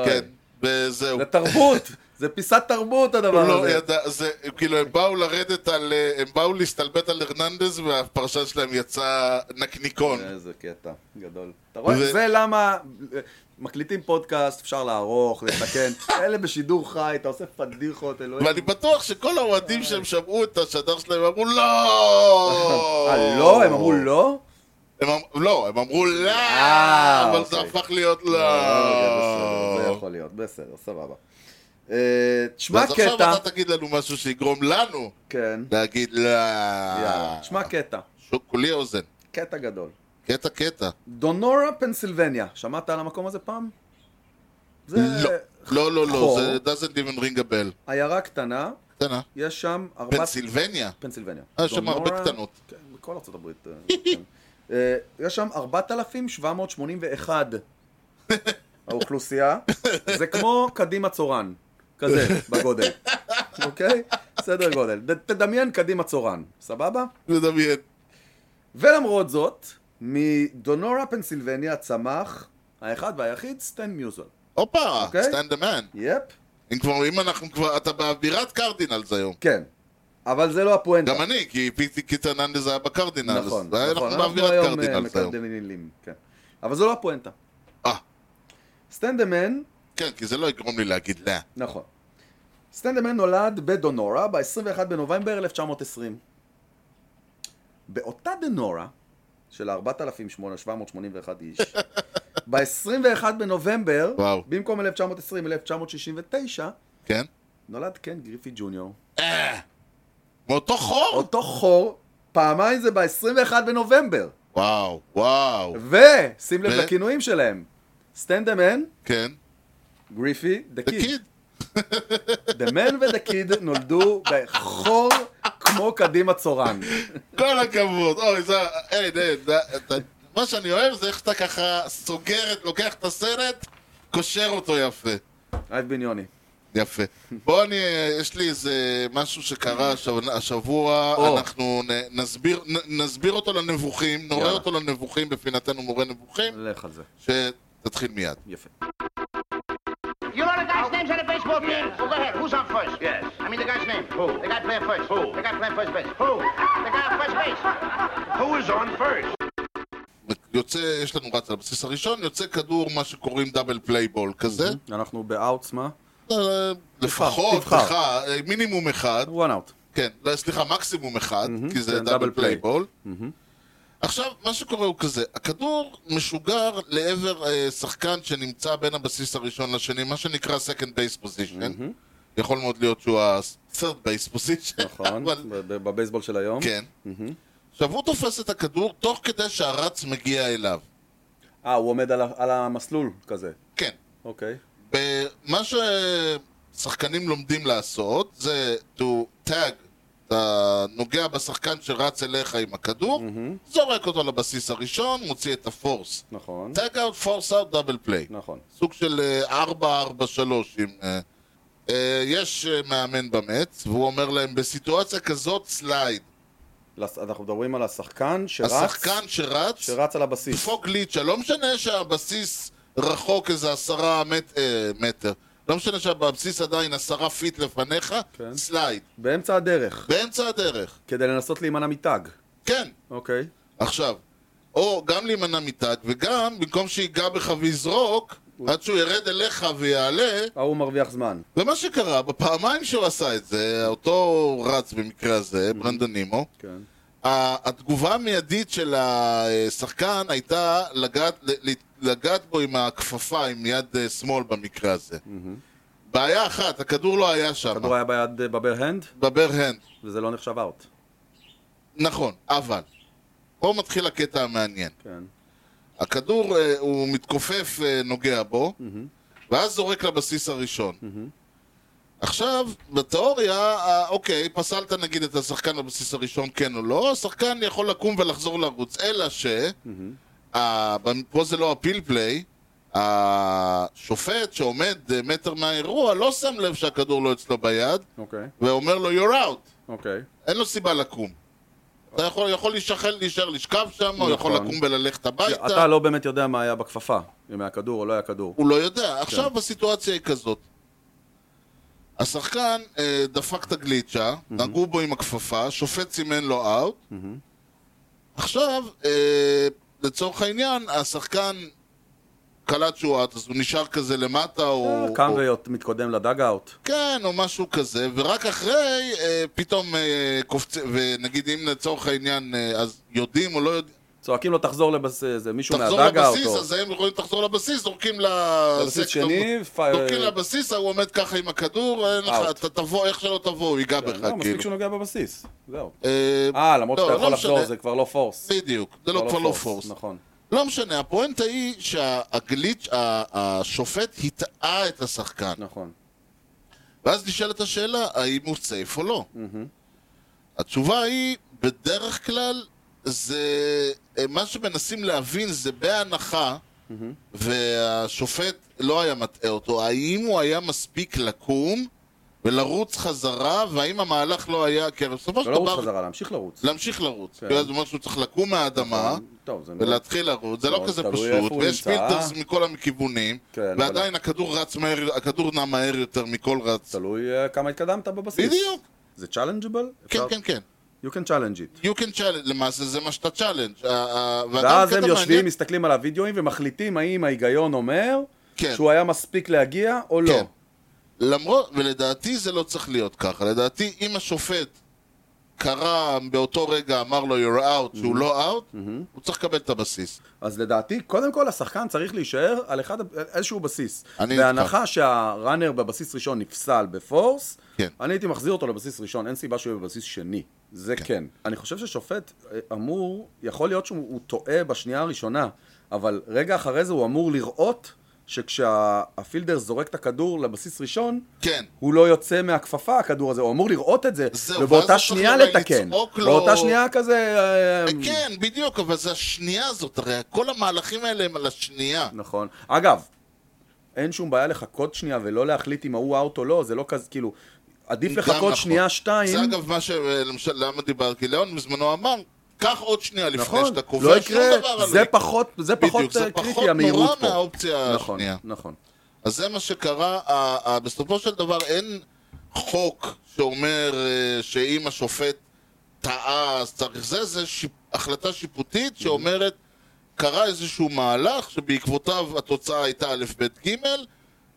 [SPEAKER 2] כן, וזהו.
[SPEAKER 1] זה תרבות! זה פיסת תרבות הדבר
[SPEAKER 2] הוא לא
[SPEAKER 1] הזה.
[SPEAKER 2] ידע, זה, כאילו, הם באו לרדת על, אה, הם באו להסתלבט על הרננדז, והפרשן שלהם יצא נקניקון.
[SPEAKER 1] איזה קטע גדול. אתה רואה?
[SPEAKER 2] זה-
[SPEAKER 1] זה למה אה, מקליטים פודקאסט, אפשר
[SPEAKER 2] [laughs]
[SPEAKER 1] לערוך, לתקן. אלה בשידור חי, אתה עושה פדיחות, אלוהים.
[SPEAKER 2] ואני בטוח שכל האוהדים
[SPEAKER 1] אה.
[SPEAKER 2] שהם שמעו את השדר שלהם אמרו לא!
[SPEAKER 1] אה, לא? הם אמרו לא?
[SPEAKER 2] הם אמרו- לא, הם אמרו לא!
[SPEAKER 1] אה,
[SPEAKER 2] אבל זה
[SPEAKER 1] אוקיי.
[SPEAKER 2] הפך להיות
[SPEAKER 1] אה, בסדר, זה
[SPEAKER 2] לא!
[SPEAKER 1] יכול להיות, בסדר, סבבה. אה, תשמע
[SPEAKER 2] אז
[SPEAKER 1] קטע,
[SPEAKER 2] עכשיו אתה תגיד לנו משהו שיגרום לנו
[SPEAKER 1] כן,
[SPEAKER 2] להגיד לא.
[SPEAKER 1] יאללה, תשמע קטע,
[SPEAKER 2] שוק כולי אוזן.
[SPEAKER 1] קטע גדול.
[SPEAKER 2] קטע קטע.
[SPEAKER 1] דונורה, פנסילבניה, שמעת על המקום הזה פעם? זה
[SPEAKER 2] לא. לא, לא, לא,
[SPEAKER 1] חור.
[SPEAKER 2] זה doesn't even ring a bell.
[SPEAKER 1] עיירה קטנה,
[SPEAKER 2] קטנה.
[SPEAKER 1] יש שם ארבע...
[SPEAKER 2] פנסילבניה.
[SPEAKER 1] פנסילבניה.
[SPEAKER 2] אה, יש שם הרבה
[SPEAKER 1] דונורה-
[SPEAKER 2] קטנות.
[SPEAKER 1] כן, בכל ארצות הברית. אה, כן. אה, יש שם
[SPEAKER 2] [laughs]
[SPEAKER 1] 4,781 האוכלוסייה, זה כמו קדימה צורן, כזה, בגודל, אוקיי? סדר גודל. ת- תדמיין קדימה צורן, סבבה?
[SPEAKER 2] מדמיין.
[SPEAKER 1] ולמרות זאת, מדונורה פנסילבניה צמח האחד והיחיד סטן מיוזל.
[SPEAKER 2] הופה,
[SPEAKER 1] אוקיי.
[SPEAKER 2] סטנד אמן.
[SPEAKER 1] יפ,
[SPEAKER 2] אם כבר, אם אנחנו כבר, אתה באווירת קרדינלס היום.
[SPEAKER 1] כן. אבל זה לא הפואנטה.
[SPEAKER 2] גם אני, כי פיטי קיט הרננדז היה בקרדינלס.
[SPEAKER 1] נכון,
[SPEAKER 2] זה היה
[SPEAKER 1] נכון.
[SPEAKER 2] אנחנו
[SPEAKER 1] אנחנו
[SPEAKER 2] באווירת
[SPEAKER 1] היום אה,
[SPEAKER 2] קרדינלס היום.
[SPEAKER 1] מקדמים, כן. אבל זה לא הפואנטה.
[SPEAKER 2] אה,
[SPEAKER 1] סטנדמן
[SPEAKER 2] כן, כי זה לא יגרום לי להגיד לא.
[SPEAKER 1] נכון. סטנדמן נולד בדונורה ב-21 בנובמבר 1920. באותה דנורה, של
[SPEAKER 2] [laughs]
[SPEAKER 1] 4,781 איש, ב-21 בנובמבר,
[SPEAKER 2] וואו.
[SPEAKER 1] במקום 1920, 1969,
[SPEAKER 2] כן?
[SPEAKER 1] נולד קן גריפי ג'וניור.
[SPEAKER 2] אה, מאותו חור?
[SPEAKER 1] אותו חור, פעמיים זה ב-21 בנובמבר.
[SPEAKER 2] וואו, וואו.
[SPEAKER 1] ושים לב
[SPEAKER 2] ו-
[SPEAKER 1] לכינויים שלהם. סטנדמן,
[SPEAKER 2] כן?
[SPEAKER 1] גריפי, דה
[SPEAKER 2] זה
[SPEAKER 1] קיד.
[SPEAKER 2] קיד.
[SPEAKER 1] דה מן ודה קיד נולדו בחור כמו קדימה צורן.
[SPEAKER 2] כל הכבוד, אוי, זה, אין, אין, זה- אתה- מה שאני אוהב זה איך אתה ככה סוגר, את- לוקח את הסרט, קושר אותו יפה.
[SPEAKER 1] אייב בניוני.
[SPEAKER 2] יפה. בוא אני, יש לי איזה משהו שקרה השב- השבוע,
[SPEAKER 1] או.
[SPEAKER 2] אנחנו נ- נסביר- נ- נסביר אותו לנבוכים, נורא
[SPEAKER 1] יאללה.
[SPEAKER 2] אותו לנבוכים בפינתנו מורה נבוכים,
[SPEAKER 1] לך על זה.
[SPEAKER 2] שתתחיל מיד.
[SPEAKER 1] יפה.
[SPEAKER 4] You know the guy's names on the baseball team? Well, go ahead. Who's on first? Yes. I mean the guy's name. Who? The guy playing first. Who? The guy playing first base. Who? The guy on first base. Who is on first?
[SPEAKER 2] יוצא, יש לנו רץ על הבסיס הראשון, יוצא כדור, מה שקוראים דאבל פלייבול כזה.
[SPEAKER 1] אנחנו באאוטס, מה?
[SPEAKER 2] אה, לפחות,
[SPEAKER 1] תבחר.
[SPEAKER 2] אחד, אה, מינימום אחד.
[SPEAKER 1] וואן אאוט.
[SPEAKER 2] כן, לא, סליחה, מקסימום אחד,
[SPEAKER 1] מהמם,
[SPEAKER 2] כי זה
[SPEAKER 1] כן,
[SPEAKER 2] דאבל
[SPEAKER 1] דאבל פליי.
[SPEAKER 2] פלייבול. עכשיו, מה שקורה הוא כזה, הכדור משוגר לעבר אה, שחקן שנמצא בין הבסיס הראשון לשני, מה שנקרא second base position. יכול מאוד להיות שהוא ה-third base position.
[SPEAKER 1] נכון,
[SPEAKER 2] אבל-
[SPEAKER 1] ב- ב- בבייסבול של היום.
[SPEAKER 2] כן. עכשיו, הוא תופס את הכדור תוך כדי שהרץ מגיע אליו.
[SPEAKER 1] אה, הוא עומד על ה- על המסלול כזה.
[SPEAKER 2] כן.
[SPEAKER 1] אוקיי.
[SPEAKER 2] אה, מה ששחקנים לומדים לעשות זה to tag, אתה נוגע בשחקן שרץ אליך עם הכדור, זורק אותו לבסיס הראשון, מוציא את הפורס.
[SPEAKER 1] נכון.
[SPEAKER 2] tag out, force out, double play.
[SPEAKER 1] נכון.
[SPEAKER 2] סוג של אה, 443 עם... אה, אה, יש אה, מאמן במץ, והוא אומר להם, בסיטואציה כזאת סלייד.
[SPEAKER 1] לס- אנחנו מדברים על השחקן שרץ,
[SPEAKER 2] השחקן שרץ,
[SPEAKER 1] שרץ על הבסיס.
[SPEAKER 2] דפוק ליצ'ה, לא משנה שהבסיס רחוק איזה עשרה מט, אה, מטר. לא משנה שבבסיס עדיין עשרה פיט לפניך,
[SPEAKER 1] כן.
[SPEAKER 2] סלייד,
[SPEAKER 1] באמצע הדרך,
[SPEAKER 2] באמצע הדרך.
[SPEAKER 1] כדי לנסות להימנע מתג.
[SPEAKER 2] כן,
[SPEAKER 1] אוקיי.
[SPEAKER 2] עכשיו, או גם להימנע מתג, וגם במקום שייגע בך ויזרוק, עד שהוא ירד אליך ויעלה,
[SPEAKER 1] ההוא מרוויח זמן.
[SPEAKER 2] ומה שקרה, בפעמיים שהוא עשה את זה, אותו רץ במקרה הזה, ברנדון נימו,
[SPEAKER 1] כן.
[SPEAKER 2] ה- התגובה המיידית של השחקן הייתה לגעת, ל- ל- לגעת בו עם הכפפה, עם יד אה, שמאל במקרה הזה. בעיה אחת, הכדור לא היה שם,
[SPEAKER 1] הכדור היה ביד אה, בבר הנד,
[SPEAKER 2] בבר הנד.
[SPEAKER 1] וזה לא נחשב אאוט.
[SPEAKER 2] נכון, אבל, פה מתחיל הקטע המעניין.
[SPEAKER 1] כן.
[SPEAKER 2] הכדור אה, הוא מתכופף, אה, נוגע בו, ואז זורק לבסיס הראשון. עכשיו, בתיאוריה, אה, אוקיי, פסלת נגיד את השחקן לבסיס הראשון, כן או לא, השחקן יכול לקום ולחזור לרוץ, אלא ש... אה, במ- פה זה לא הפיל פליי, השופט שעומד אה, מטר מהאירוע לא שם לב שהכדור לא אצלו ביד,
[SPEAKER 1] אוקיי,
[SPEAKER 2] ואומר לו, you're out.
[SPEAKER 1] אוקיי.
[SPEAKER 2] אין לו סיבה לקום. אתה יכול, יכול להישחל, להישאר לשכב שם, או
[SPEAKER 1] נכון.
[SPEAKER 2] יכול לקום וללכת הביתה.
[SPEAKER 1] אתה לא באמת יודע מה היה בכפפה, אם היה כדור או לא היה כדור.
[SPEAKER 2] הוא לא יודע. עכשיו הסיטואציה היא כזאת. השחקן אה, דפק את הגליצ'ה, נגעו בו עם הכפפה, שופט סימן לו אאוט. עכשיו, אה, לצורך העניין, השחקן קלט שהוא אאוט, אז הוא נשאר כזה למטה, או...
[SPEAKER 1] אה, קם
[SPEAKER 2] או-
[SPEAKER 1] ומתקדם לדאג אאוט.
[SPEAKER 2] כן, או משהו כזה, ורק אחרי, אה, פתאום אה, קופצים, ונגיד אם לצורך העניין, אה, אז יודעים או לא יודעים,
[SPEAKER 1] צועקים לו תחזור לבסיס, זה מישהו
[SPEAKER 2] תחזור
[SPEAKER 1] מהדאג
[SPEAKER 2] לבסיס,
[SPEAKER 1] אאוט.
[SPEAKER 2] אז הם יכולים לחזור לבסיס, זורקים
[SPEAKER 1] לבסיס
[SPEAKER 2] לסקטור.
[SPEAKER 1] שני, פ-
[SPEAKER 2] זורקים לבסיס, ההוא עומד ככה עם הכדור, אין לך,
[SPEAKER 1] אאוט.
[SPEAKER 2] אתה תבוא, איך שלא תבוא, הוא ייגע
[SPEAKER 1] כן, לא,
[SPEAKER 2] בך,
[SPEAKER 1] מספיק
[SPEAKER 2] כאילו.
[SPEAKER 1] שהוא נוגע בבסיס, זהו.
[SPEAKER 2] אה,
[SPEAKER 1] אה, למרות
[SPEAKER 2] לא,
[SPEAKER 1] שאתה
[SPEAKER 2] לא
[SPEAKER 1] יכול לחזור,
[SPEAKER 2] משנה.
[SPEAKER 1] זה כבר לא פורס.
[SPEAKER 2] בדיוק, זה לא כבר לא פורס.
[SPEAKER 1] נכון.
[SPEAKER 2] לא משנה, הפואנטה היא שהגליץ', ה- השופט הטעה את השחקן.
[SPEAKER 1] נכון.
[SPEAKER 2] ואז נשאלת השאלה, האם הוא סייף או לא. התשובה היא, בדרך כלל, זה... מה שמנסים להבין זה בהנחה, והשופט לא היה מטעה אותו, האם הוא היה מספיק לקום ולרוץ חזרה, והאם המהלך לא היה... כי הרי בסופו של
[SPEAKER 1] לא לרוץ
[SPEAKER 2] דבר...
[SPEAKER 1] חזרה, להמשיך לרוץ.
[SPEAKER 2] להמשיך לרוץ.
[SPEAKER 1] כן.
[SPEAKER 2] כי אז הוא אומר שהוא צריך לקום מהאדמה.
[SPEAKER 1] טוב, זה מאוד-
[SPEAKER 2] ולהתחיל לרוץ, זה לא
[SPEAKER 1] מאוד
[SPEAKER 2] כזה
[SPEAKER 1] נכון, תלוי
[SPEAKER 2] פשוט,
[SPEAKER 1] איפה הוא
[SPEAKER 2] ויש
[SPEAKER 1] נמצא.
[SPEAKER 2] פילטרס מכל המכיוונים,
[SPEAKER 1] כן, אבל-
[SPEAKER 2] ועדיין הכדור רץ מהר, הכדור נע מהר יותר מכל רץ.
[SPEAKER 1] תלוי אה, כמה התקדמת בבסיס.
[SPEAKER 2] בדיוק,
[SPEAKER 1] זה צ'אלנג'בל?
[SPEAKER 2] כן, כן, כן.
[SPEAKER 1] You can challenge it.
[SPEAKER 2] You can challenge, למעשה זה מה שאתה challenge. ה- ה- ואגב,
[SPEAKER 1] ואז
[SPEAKER 2] קטע
[SPEAKER 1] הם יושבים,
[SPEAKER 2] מעניין-
[SPEAKER 1] מסתכלים על הווידאוים ומחליטים האם ההיגיון אומר
[SPEAKER 2] כן.
[SPEAKER 1] שהוא היה מספיק להגיע או לא.
[SPEAKER 2] כן. למרות, ולדעתי זה לא צריך להיות ככה. לדעתי, אם השופט קרא באותו רגע, אמר לו you're out,
[SPEAKER 1] Mm-hmm.
[SPEAKER 2] שהוא לא out, הוא צריך לקבל את הבסיס.
[SPEAKER 1] אז לדעתי, קודם כל השחקן צריך להישאר על אחד, איזשהו בסיס.
[SPEAKER 2] אני איתך.
[SPEAKER 1] בהנחה שהראנר בבסיס ראשון נפסל בפורס,
[SPEAKER 2] כן.
[SPEAKER 1] אני הייתי מחזיר אותו לבסיס ראשון, אין סיבה שהוא יהיה בבסיס שני. זה כן. כן. אני חושב ששופט אה, אמור, יכול להיות שהוא הוא טועה בשנייה הראשונה, אבל רגע אחרי זה הוא אמור לראות שכשהפילדר זורק את הכדור לבסיס ראשון,
[SPEAKER 2] כן.
[SPEAKER 1] הוא לא יוצא מהכפפה, הכדור הזה, הוא אמור לראות את זה,
[SPEAKER 2] זהו, ואז
[SPEAKER 1] ובאותה
[SPEAKER 2] הוא צריך
[SPEAKER 1] שנייה
[SPEAKER 2] אולי
[SPEAKER 1] לתקן.
[SPEAKER 2] לצעוק לו-
[SPEAKER 1] באותה שנייה כזה... אה,
[SPEAKER 2] כן, בדיוק, אבל זה השנייה הזאת, הרי כל המהלכים האלה הם על השנייה.
[SPEAKER 1] נכון. אגב, אין שום בעיה לחכות שנייה ולא להחליט אם ההוא אאוט או לא, זה לא כזה, כאילו, עדיף
[SPEAKER 2] גם
[SPEAKER 1] לחכות
[SPEAKER 2] נכון.
[SPEAKER 1] שנייה, שתיים.
[SPEAKER 2] זה אגב מה ש... למשל, למה דיברתי? ליאון בזמנו אמר, קח עוד שנייה לפני
[SPEAKER 1] נכון,
[SPEAKER 2] שאתה קובע,
[SPEAKER 1] לא
[SPEAKER 2] שום
[SPEAKER 1] יקרה,
[SPEAKER 2] דבר לא
[SPEAKER 1] זה
[SPEAKER 2] יקרה.
[SPEAKER 1] פחות, זה פחות
[SPEAKER 2] בדיוק, זה
[SPEAKER 1] אה,
[SPEAKER 2] פחות
[SPEAKER 1] קריטי, המהירות פה.
[SPEAKER 2] נורא מהאופציה
[SPEAKER 1] נכון,
[SPEAKER 2] השנייה.
[SPEAKER 1] נכון.
[SPEAKER 2] אז זה מה שקרה, ה- ה- בסופו של דבר אין חוק שאומר אה, שאם השופט טעה אז צריך זה, זה שיפ... החלטה שיפוטית שאומרת קרה איזשהו מהלך שבעקבותיו התוצאה הייתה א', ב', ג',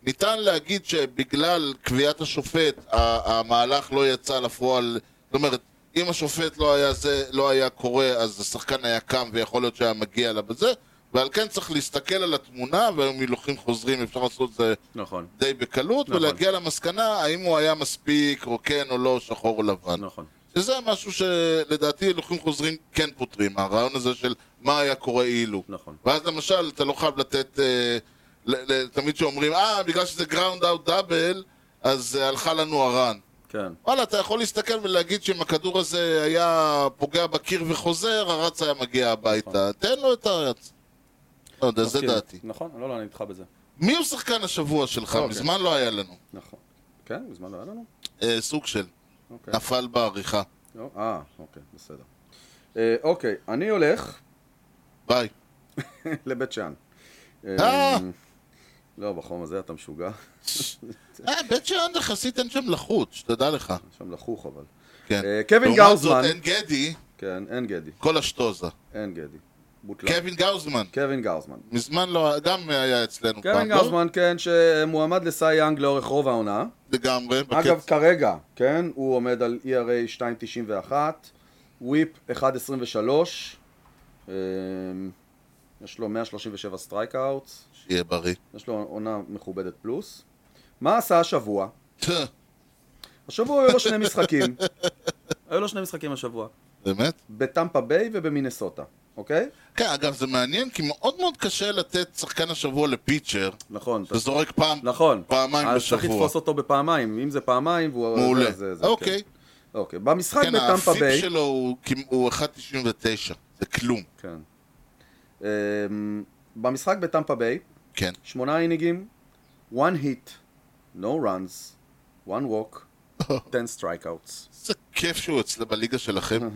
[SPEAKER 2] ניתן להגיד שבגלל קביעת השופט ה- המהלך לא יצא לפועל, זאת אומרת אם השופט לא היה זה, לא היה קורה, אז השחקן היה קם ויכול להיות שהיה מגיע לה בזה ועל כן צריך להסתכל על התמונה, והיום הילוכים חוזרים, אפשר לעשות את זה
[SPEAKER 1] נכון,
[SPEAKER 2] די בקלות,
[SPEAKER 1] נכון.
[SPEAKER 2] ולהגיע למסקנה האם הוא היה מספיק, או כן או לא, שחור או לבן.
[SPEAKER 1] נכון.
[SPEAKER 2] שזה משהו שלדעתי הילוכים חוזרים כן פותרים, הרעיון הזה של מה היה קורה אילו.
[SPEAKER 1] נכון.
[SPEAKER 2] ואז למשל, אתה לא חייב לתת, אה, ל- ל- תמיד שאומרים, אה, בגלל שזה גראונד אאוט דאבל, אז אה, הלכה לנו הרן.
[SPEAKER 1] כן,
[SPEAKER 2] וואלה, אתה יכול להסתכל ולהגיד שאם הכדור הזה היה פוגע בקיר וחוזר, הרץ היה מגיע
[SPEAKER 1] נכון.
[SPEAKER 2] הביתה. תן לו את הרץ. לא יודע, זה
[SPEAKER 1] מסכים.
[SPEAKER 2] דעתי.
[SPEAKER 1] נכון, לא, לא, אני איתך בזה.
[SPEAKER 2] מי הוא שחקן השבוע שלך?
[SPEAKER 1] אוקיי.
[SPEAKER 2] מזמן לא היה לנו.
[SPEAKER 1] נכון. כן, מזמן לא היה לנו?
[SPEAKER 2] אה, סוג של.
[SPEAKER 1] אוקיי.
[SPEAKER 2] נפל בעריכה.
[SPEAKER 1] לא, אה, אוקיי, בסדר. אה, אוקיי, אני הולך
[SPEAKER 2] ביי.
[SPEAKER 1] לבית שאן.
[SPEAKER 2] אה,
[SPEAKER 1] אמ, לא, בחום הזה אתה משוגע. אוקיי.
[SPEAKER 2] אה, בית שאן יחסית אין שם לחות, שתדע לך.
[SPEAKER 1] שם לחוך אבל.
[SPEAKER 2] כן.
[SPEAKER 1] אה, קווין
[SPEAKER 2] לעומת
[SPEAKER 1] גאוזמן. לא.
[SPEAKER 2] זאת, אין גדי,
[SPEAKER 1] כן, אין גדי,
[SPEAKER 2] כל אשטוזה.
[SPEAKER 1] אין גדי. בוטלה.
[SPEAKER 2] קווין גאוזמן.
[SPEAKER 1] קווין גאוזמן.
[SPEAKER 2] מזמן לא, גם היה אצלנו פעם,
[SPEAKER 1] קווין
[SPEAKER 2] לא?
[SPEAKER 1] גאוזמן, כן, שמועמד לסי יאנג לאורך רוב העונה.
[SPEAKER 2] לגמרי.
[SPEAKER 1] אגב,
[SPEAKER 2] בקצב-
[SPEAKER 1] כרגע, כן, הוא עומד על ERA 2.91, וויפ 1.23, אמ, יש לו 137 סטרייק אאוטס,
[SPEAKER 2] שיהיה בריא.
[SPEAKER 1] יש לו עונה מכובדת פלוס. מה עשה השבוע? השבוע היו לו שני משחקים. [laughs] היו לו שני משחקים השבוע.
[SPEAKER 2] באמת?
[SPEAKER 1] בטמפה ביי ובמינסוטה, אוקיי?
[SPEAKER 2] כן, אגב, זה מעניין, כי מאוד מאוד קשה לתת שחקן השבוע לפיצ'ר,
[SPEAKER 1] נכון. אתה-
[SPEAKER 2] שזורק פעם,
[SPEAKER 1] נכון.
[SPEAKER 2] פעמיים
[SPEAKER 1] אז צריך
[SPEAKER 2] בשבוע.
[SPEAKER 1] לתפוס אותו בפעמיים, אם זה פעמיים והוא...
[SPEAKER 2] מעולה.
[SPEAKER 1] זה- זה- זה-
[SPEAKER 2] אוקיי.
[SPEAKER 1] כן. אוקיי. במשחק
[SPEAKER 2] כן,
[SPEAKER 1] בטמפה
[SPEAKER 2] האפיק
[SPEAKER 1] ביי...
[SPEAKER 2] שלו הוא כמ- הוא 1.99, זה כלום.
[SPEAKER 1] כן. אמ, במשחק בטמפה ביי,
[SPEAKER 2] כן.
[SPEAKER 1] שמונה אינינגים, one hit, no runs, one
[SPEAKER 2] [laughs]
[SPEAKER 1] walk, 10 strikeouts.
[SPEAKER 2] איזה כיף שהוא אצל בליגה שלכם.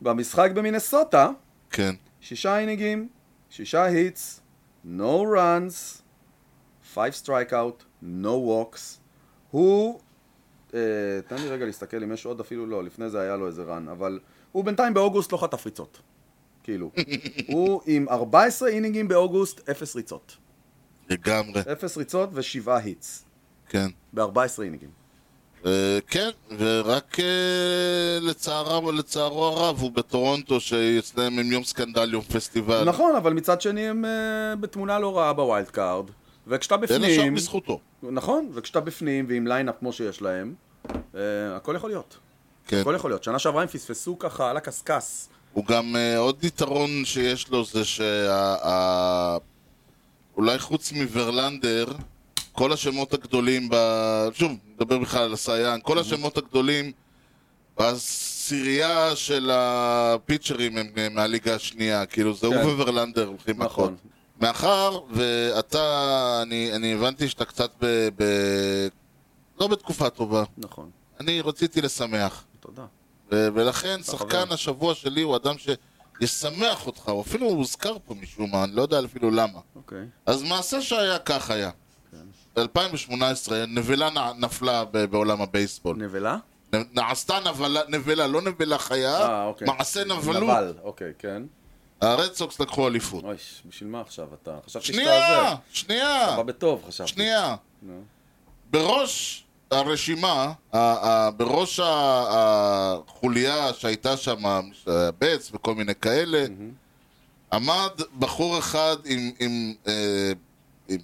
[SPEAKER 1] במשחק במינסוטה,
[SPEAKER 2] כן.
[SPEAKER 1] שישה אינינגים, שישה היטס, no runs, 5 strikeout, no walks. הוא... אה, תן לי רגע להסתכל אם יש עוד אפילו לא, לפני זה היה לו איזה רן, אבל הוא בינתיים באוגוסט לא חטף ריצות. כאילו. הוא עם 14 אינינגים באוגוסט, אפס ריצות.
[SPEAKER 2] לגמרי,
[SPEAKER 1] אפס ריצות ושבעה היטס.
[SPEAKER 2] כן.
[SPEAKER 1] ב-14 אינינגים.
[SPEAKER 2] אה, כן, ורק אה, לצערם- לצערו הרב, הוא בטורונטו, שאצלם הם יום סקנדל, יום פסטיבל.
[SPEAKER 1] נכון, אבל מצד שני הם אה, בתמונה לא רעה בווילד קארד. וכשאתה
[SPEAKER 2] בין השאר
[SPEAKER 1] בפנים...
[SPEAKER 2] בזכותו.
[SPEAKER 1] נכון, וכשאתה בפנים ועם ליינאפ כמו שיש להם, אה, הכל יכול להיות.
[SPEAKER 2] כן.
[SPEAKER 1] הכל יכול להיות. שנה שעברה הם פספסו ככה על הקשקש.
[SPEAKER 2] הוא גם אה, עוד יתרון שיש לו זה שה... ה- אולי חוץ מוורלנדר, כל השמות הגדולים ב... שוב, נדבר בכלל על הסייען,
[SPEAKER 1] Mm-hmm.
[SPEAKER 2] כל השמות הגדולים בסירייה של הפיצ'רים הם אה, מהליגה השנייה, כאילו זה
[SPEAKER 1] כן.
[SPEAKER 2] הוא וורלנדר הולכים מכות.
[SPEAKER 1] נכון.
[SPEAKER 2] מאחר ואתה, אני, אני הבנתי שאתה קצת ב, ב... לא בתקופה טובה,
[SPEAKER 1] נכון,
[SPEAKER 2] אני רציתי לשמח.
[SPEAKER 1] תודה.
[SPEAKER 2] ו- ולכן שחקן
[SPEAKER 1] חבר.
[SPEAKER 2] השבוע שלי הוא אדם שישמח אותך, הוא אפילו הוזכר פה משום מה, אני לא יודע אפילו למה.
[SPEAKER 1] אוקיי.
[SPEAKER 2] אז מעשה שהיה כך היה.
[SPEAKER 1] כן.
[SPEAKER 2] ב-2018 נבלה נ- נפלה ב- בעולם הבייסבול.
[SPEAKER 1] נבלה?
[SPEAKER 2] נ- נעשתה נבלה, נבלה, לא נבלה
[SPEAKER 1] אה,
[SPEAKER 2] חיה,
[SPEAKER 1] אוקיי.
[SPEAKER 2] מעשה נבלות.
[SPEAKER 1] נבל, אוקיי, כן.
[SPEAKER 2] הרד סוקס לקחו אליפות.
[SPEAKER 1] אוי, בשביל מה עכשיו אתה? חשבתי שאתה
[SPEAKER 2] שנייה,
[SPEAKER 1] זה.
[SPEAKER 2] שנייה,
[SPEAKER 1] אתה בא בטוב, חשבתי.
[SPEAKER 2] שנייה.
[SPEAKER 1] נו.
[SPEAKER 2] בראש הרשימה, ה- ה- בראש ה- החוליה שהייתה שם, הבץ וכל מיני כאלה, עמד בחור אחד עם, עם, אה, עם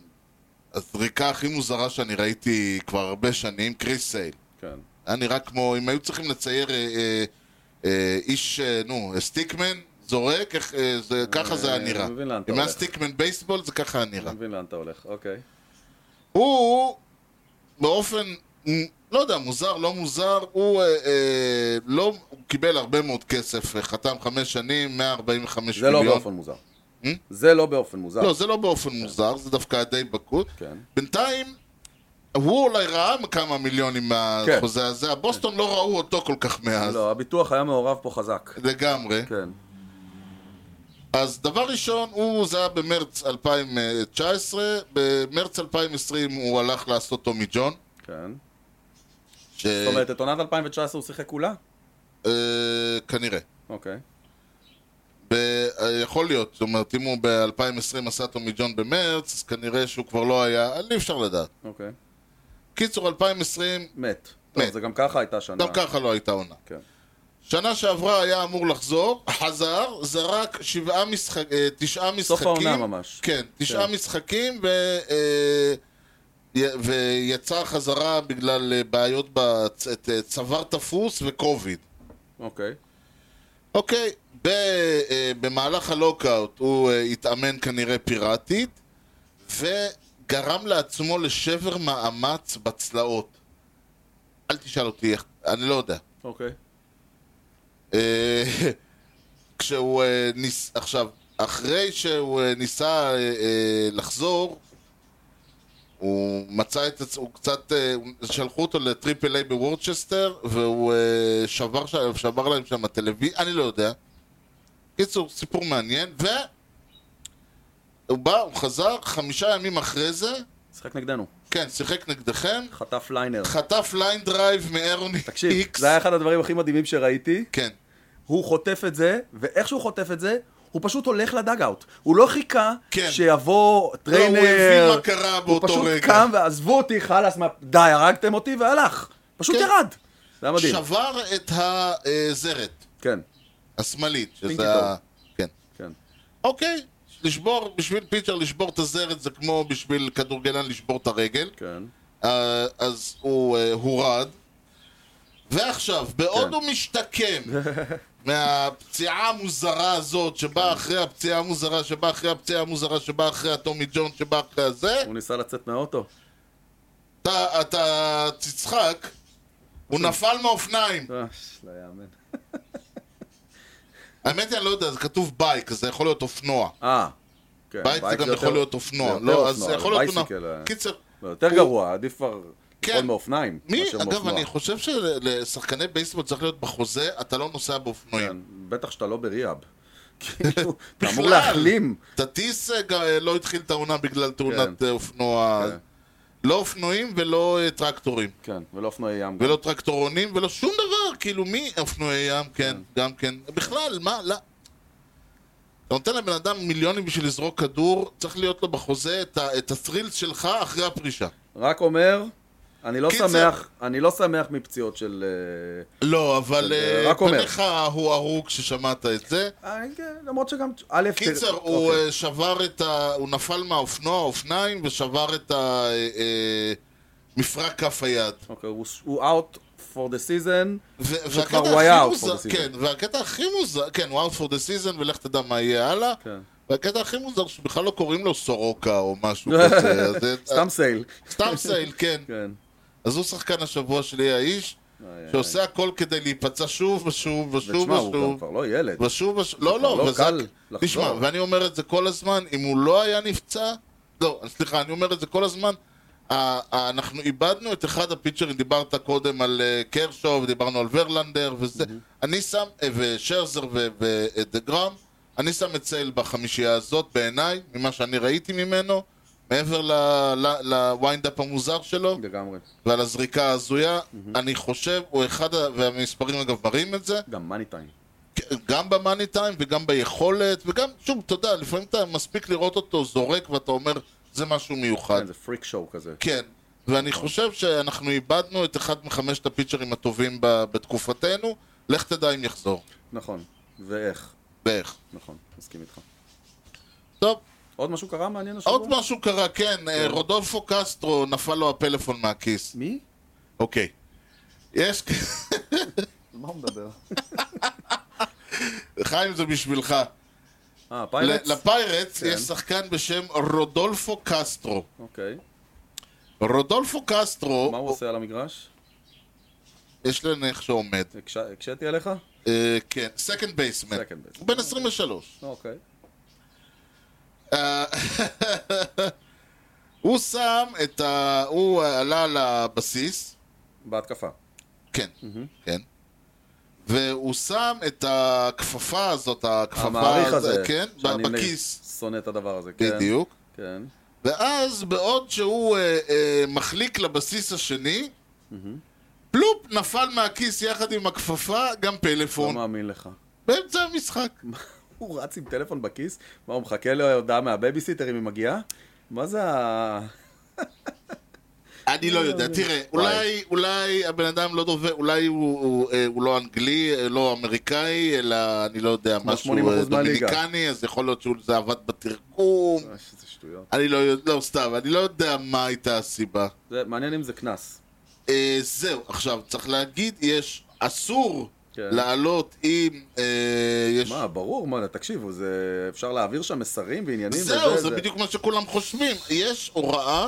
[SPEAKER 2] הזריקה הכי מוזרה שאני ראיתי כבר הרבה שנים, קריס סייל.
[SPEAKER 1] כן.
[SPEAKER 2] היה נראה כמו, אם היו צריכים לצייר אה, אה, אה, איש, אה, נו, סטיקמן, זורק, איך, אה, זה, ככה זה היה
[SPEAKER 1] אני
[SPEAKER 2] נראה.
[SPEAKER 1] מבין לאן אתה
[SPEAKER 2] אם היה
[SPEAKER 1] הולך.
[SPEAKER 2] סטיקמן בייסבול, זה ככה היה נראה.
[SPEAKER 1] אני מבין לאן אתה הולך, אוקיי.
[SPEAKER 2] הוא באופן, מ- לא יודע, מוזר, לא מוזר, הוא אה, אה, לא, הוא קיבל הרבה מאוד כסף, אה, חתם חמש שנים, 145
[SPEAKER 1] זה לא
[SPEAKER 2] מיליון.
[SPEAKER 1] באופן מוזר. זה לא באופן מוזר.
[SPEAKER 2] אה? לא, זה לא באופן מוזר, זה דווקא היה די בקוד.
[SPEAKER 1] כן.
[SPEAKER 2] בינתיים, הוא אולי ראה כמה מיליונים מהחוזה הזה, הבוסטון לא ראו אותו כל כך מאז,
[SPEAKER 1] כן. לא, הביטוח היה מעורב פה חזק.
[SPEAKER 2] לגמרי.
[SPEAKER 1] כן.
[SPEAKER 2] אז דבר ראשון, הוא, זה היה במרץ 2019, במרץ 2020 הוא הלך לעשות טומי ג'ון.
[SPEAKER 1] כן.
[SPEAKER 2] אה. ש...
[SPEAKER 1] זאת אומרת, את עונת 2019 הוא שיחק כולה?
[SPEAKER 2] אה, כנראה.
[SPEAKER 1] אוקיי.
[SPEAKER 2] ב... אה, יכול להיות, זאת אומרת, אם הוא ב-2020 עשה טומי ג'ון במרץ, אז כנראה שהוא כבר לא היה, אי אפשר לדעת.
[SPEAKER 1] אוקיי.
[SPEAKER 2] קיצור, 2020,
[SPEAKER 1] מת. טוב,
[SPEAKER 2] מת.
[SPEAKER 1] זה גם ככה הייתה שנה.
[SPEAKER 2] גם ככה לא הייתה עונה.
[SPEAKER 1] כן.
[SPEAKER 2] שנה שעברה היה אמור לחזור, חזר, זרק שבעה משחק... אה, תשעה משחקים.
[SPEAKER 1] סוף העונה ממש.
[SPEAKER 2] כן, תשעה
[SPEAKER 1] כן.
[SPEAKER 2] משחקים, ו... אה, י- ויצא חזרה בגלל אה, בעיות בצוואר תפוס וקוביד.
[SPEAKER 1] אוקיי.
[SPEAKER 2] אוקיי, ב, אה, במהלך הלוקאוט הוא אה, התאמן כנראה פיראטית וגרם לעצמו לשבר מאמץ בצלעות. אל תשאל אותי איך, אני לא יודע.
[SPEAKER 1] אוקיי.
[SPEAKER 2] אה, [laughs] כשהוא אה, ניס... עכשיו, אחרי שהוא אה, ניסה אה, אה, לחזור, הוא מצא את עצמו, הוא קצת, אה, הוא- שלחו אותו לטריפל איי בוורצ'סטר, והוא אה, שבר, ש- שבר להם שם טלוויזיה, אני לא יודע. קיצור, סיפור מעניין, הוא בא, הוא חזר, חמישה ימים אחרי זה,
[SPEAKER 1] שיחק נגדנו,
[SPEAKER 2] כן, שיחק נגדכם,
[SPEAKER 1] חטף ליינר.
[SPEAKER 2] חטף ליין דרייב מאירוני
[SPEAKER 1] תקשיב,
[SPEAKER 2] איקס.
[SPEAKER 1] זה היה אחד הדברים הכי מדהימים שראיתי.
[SPEAKER 2] כן.
[SPEAKER 1] הוא חוטף את זה, ואיך שהוא חוטף את זה, הוא פשוט הולך לדאגאוט. הוא לא חיכה
[SPEAKER 2] כן.
[SPEAKER 1] שיבוא טריינר.
[SPEAKER 2] לא, הוא הבין מה קרה באותו
[SPEAKER 1] הוא פשוט
[SPEAKER 2] רגע.
[SPEAKER 1] קם ועזבו אותי, חלאס, מה- די, הרגתם אותי, והלך. פשוט
[SPEAKER 2] כן.
[SPEAKER 1] ירד. זה היה מדהים.
[SPEAKER 2] שבר את הזרת
[SPEAKER 1] כן,
[SPEAKER 2] השמאלית,
[SPEAKER 1] פינקי
[SPEAKER 2] שזה ה... כן.
[SPEAKER 1] כן.
[SPEAKER 2] אוקיי, לשבור, בשביל פיצ'ר לשבור את הזרת זה כמו בשביל כדורגלן לשבור את הרגל.
[SPEAKER 1] כן.
[SPEAKER 2] אה, אז הוא אה, הורד. ועכשיו, בעוד
[SPEAKER 1] כן.
[SPEAKER 2] הוא משתקם מהפציעה המוזרה הזאת
[SPEAKER 1] כן.
[SPEAKER 2] שבאה אחרי הפציעה המוזרה, שבאה אחרי הפציעה המוזרה, שבאה אחרי הטומי ג'ון, שבאה אחרי הזה,
[SPEAKER 1] הוא ניסה לצאת מהאוטו.
[SPEAKER 2] אתה, אתה תצחק, הוא
[SPEAKER 1] כן.
[SPEAKER 2] נפל מהאופניים.
[SPEAKER 1] אה, לא יאמן.
[SPEAKER 2] האמת היא, אני לא יודע, זה כתוב בייק, אז זה יכול להיות אופנוע.
[SPEAKER 1] אה. כן,
[SPEAKER 2] בייק זה גם
[SPEAKER 1] יותר-
[SPEAKER 2] יכול להיות
[SPEAKER 1] זה
[SPEAKER 2] אופנוע.
[SPEAKER 1] יותר
[SPEAKER 2] לא, אז
[SPEAKER 1] אופנוע,
[SPEAKER 2] זה יכול להיות
[SPEAKER 1] בייסיקל,
[SPEAKER 2] אופנוע.
[SPEAKER 1] אה.
[SPEAKER 2] קיצר,
[SPEAKER 1] לא, יותר
[SPEAKER 2] הוא-
[SPEAKER 1] גרוע, עדיף כבר...
[SPEAKER 2] כן.
[SPEAKER 1] כן. מאופניים.
[SPEAKER 2] מי,
[SPEAKER 1] מאשר
[SPEAKER 2] אגב,
[SPEAKER 1] מאופנוע.
[SPEAKER 2] אני חושב שלשחקני בייסבול צריך להיות בחוזה, אתה לא נוסע
[SPEAKER 1] כן,
[SPEAKER 2] באופנועים.
[SPEAKER 1] בטח שאתה לא [laughs] בריאב. כאילו, אתה אמור
[SPEAKER 2] בכלל.
[SPEAKER 1] להחלים.
[SPEAKER 2] תטיס אה, גם, אה, לא התחיל את העונה בגלל תאונת
[SPEAKER 1] כן.
[SPEAKER 2] אה, אופנוע.
[SPEAKER 1] כן.
[SPEAKER 2] לא אופנועים ולא אה, טרקטורים.
[SPEAKER 1] כן, ולא אופנועי ים.
[SPEAKER 2] ולא טרקטורונים ולא שום דבר, כאילו מי אופנועי ים, כן, גם כן. בכלל, מה, לא. אתה נותן לבן אדם מיליונים בשביל לזרוק כדור, צריך להיות לו בחוזה את, ה- את הטרילס שלך אחרי הפרישה.
[SPEAKER 1] רק אומר, אני לא
[SPEAKER 2] קיצר.
[SPEAKER 1] שמח, אני לא שמח מפציעות של... אה,
[SPEAKER 2] לא, אבל
[SPEAKER 1] אה,
[SPEAKER 2] אה,
[SPEAKER 1] רק אומר.
[SPEAKER 2] פניך הוא הרוג כששמעת את זה.
[SPEAKER 1] אני- כן, למרות שגם... א',
[SPEAKER 2] קיצר,
[SPEAKER 1] תראה-
[SPEAKER 2] הוא
[SPEAKER 1] אוקיי.
[SPEAKER 2] אה, שבר את ה... הוא נפל מהאופנוע, האופניים, ושבר את ה... אה, אה, מפרק כף היד.
[SPEAKER 1] אוקיי, הוא- הוא out for the season.
[SPEAKER 2] ו-
[SPEAKER 1] שכבר
[SPEAKER 2] והקטע
[SPEAKER 1] הוא
[SPEAKER 2] הכי
[SPEAKER 1] היה out
[SPEAKER 2] מוזר-
[SPEAKER 1] for the season.
[SPEAKER 2] כן, והקטע הכי מוזר, כן, הוא out for the season, ולך תדע מה יהיה הלאה.
[SPEAKER 1] כן.
[SPEAKER 2] והקטע הכי מוזר, שבכלל לא קוראים לו סורוקה או
[SPEAKER 1] [laughs]
[SPEAKER 2] משהו כזה. אז זה-
[SPEAKER 1] סתם סייל.
[SPEAKER 2] סתם סייל, כן.
[SPEAKER 1] כן.
[SPEAKER 2] אז הוא שחקן השבוע שלי, האיש,
[SPEAKER 1] איי,
[SPEAKER 2] שעושה הכל כדי להיפצע שוב ושוב ושוב
[SPEAKER 1] ותשמע, הוא גם
[SPEAKER 2] ושוב.
[SPEAKER 1] כבר לא ילד.
[SPEAKER 2] ושוב ושוב, לא,
[SPEAKER 1] כבר
[SPEAKER 2] לא,
[SPEAKER 1] לא
[SPEAKER 2] וזה-
[SPEAKER 1] קל לחזור.
[SPEAKER 2] תשמע, ואני אומר את זה כל הזמן, אם הוא לא היה נפצע, לא, סליחה, אני אומר את זה כל הזמן, ה- ה- אנחנו איבדנו את אחד הפיצ'רים, דיברת קודם על אה, קרשו, ודיברנו על ורלנדר וזה,
[SPEAKER 1] Mm-hmm.
[SPEAKER 2] אני שם, אה, ושרזר ודגרם, אני שם את סייל בחמישייה הזאת, בעיניי, ממה שאני ראיתי ממנו, מעבר ל- ל- לוויינדאפ המוזר שלו,
[SPEAKER 1] לגמרי.
[SPEAKER 2] ועל הזריקה ההזויה,
[SPEAKER 1] Mm-hmm.
[SPEAKER 2] אני חושב, הוא אחד, ה- והמספרים אגב מראים את זה,
[SPEAKER 1] גם מאני טיים.
[SPEAKER 2] אה. גם במאני טיים וגם ביכולת, וגם, שוב, אתה יודע, לפעמים אתה מספיק לראות אותו זורק ואתה אומר, זה משהו מיוחד.
[SPEAKER 1] כן, זה פריק שואו כזה.
[SPEAKER 2] כן, ואני חושב שאנחנו איבדנו את אחד מחמשת הפיצ'רים הטובים ב- בתקופתנו, לך תדע אם יחזור,
[SPEAKER 1] נכון. ואיך.
[SPEAKER 2] ואיך.
[SPEAKER 1] נכון, מסכים איתך.
[SPEAKER 2] טוב,
[SPEAKER 1] עוד משהו קרה מעניין השבוע?
[SPEAKER 2] עוד משהו קרה, כן, אה, רודולפו קסטרו, נפל לו הפלאפון מהכיס.
[SPEAKER 1] מי?
[SPEAKER 2] אוקיי. יש,
[SPEAKER 1] [laughs] על מה הוא מדבר?
[SPEAKER 2] חיים, זה בשבילך.
[SPEAKER 1] אה,
[SPEAKER 2] ל-
[SPEAKER 1] פיילוטס?
[SPEAKER 2] לפיירטס
[SPEAKER 1] כן.
[SPEAKER 2] יש שחקן בשם רודולפו קסטרו.
[SPEAKER 1] אוקיי.
[SPEAKER 2] רודולפו קסטרו...
[SPEAKER 1] מה הוא עושה על המגרש?
[SPEAKER 2] יש להם איך שעומד.
[SPEAKER 1] הקש- הקשיתי עליך?
[SPEAKER 2] אה, כן, second basement.
[SPEAKER 1] Second baseman.
[SPEAKER 2] הוא בן 23.
[SPEAKER 1] אוקיי.
[SPEAKER 2] אה, [laughs] הוא שם את ה... הוא עלה לבסיס,
[SPEAKER 1] בהתקפה.
[SPEAKER 2] כן, כן. והוא שם את הכפפה הזאת, הכפפה
[SPEAKER 1] המעריך
[SPEAKER 2] הזאת,
[SPEAKER 1] הזה.
[SPEAKER 2] כן,
[SPEAKER 1] שאני נ-
[SPEAKER 2] בכיס,
[SPEAKER 1] שונא את הדבר הזה, כן.
[SPEAKER 2] בדיוק.
[SPEAKER 1] כן.
[SPEAKER 2] ואז בעוד שהוא אה, אה, מחליק לבסיס השני, פלופ נפל מהכיס יחד עם הכפפה, גם
[SPEAKER 1] לא
[SPEAKER 2] פלאפון,
[SPEAKER 1] מאמין לך.
[SPEAKER 2] באמצע המשחק.
[SPEAKER 1] מה, הוא רץ עם טלפון בכיס? מה, הוא מחכה להודעה מהבייביסיטר אם היא מגיעה? מה זה ה...
[SPEAKER 2] אני לא
[SPEAKER 1] אה,
[SPEAKER 2] יודע, תראה, אולי, אולי הבן אדם לא דובר, אולי הוא, הוא, אה, הוא לא אנגלי, אה, לא אמריקאי, אלא אני לא יודע, משהו
[SPEAKER 1] 80%
[SPEAKER 2] אה,
[SPEAKER 1] מהליגה.
[SPEAKER 2] דומיניקני, אז יכול להיות שזה עבד בתרגום,
[SPEAKER 1] אה, שזה שטויות.
[SPEAKER 2] אני לא יודע, לא, סתם, אני לא יודע מה הייתה הסיבה.
[SPEAKER 1] זה מעניין אם זה קנס.
[SPEAKER 2] אה, זהו, עכשיו, צריך להגיד, יש, אסור
[SPEAKER 1] כן.
[SPEAKER 2] לעלות עם, אה, יש...
[SPEAKER 1] מה, ברור, מה, תקשיבו, זה... אפשר להעביר שם מסרים ועניינים
[SPEAKER 2] זהו, זה בדיוק מה שכולם חושבים. יש הוראה,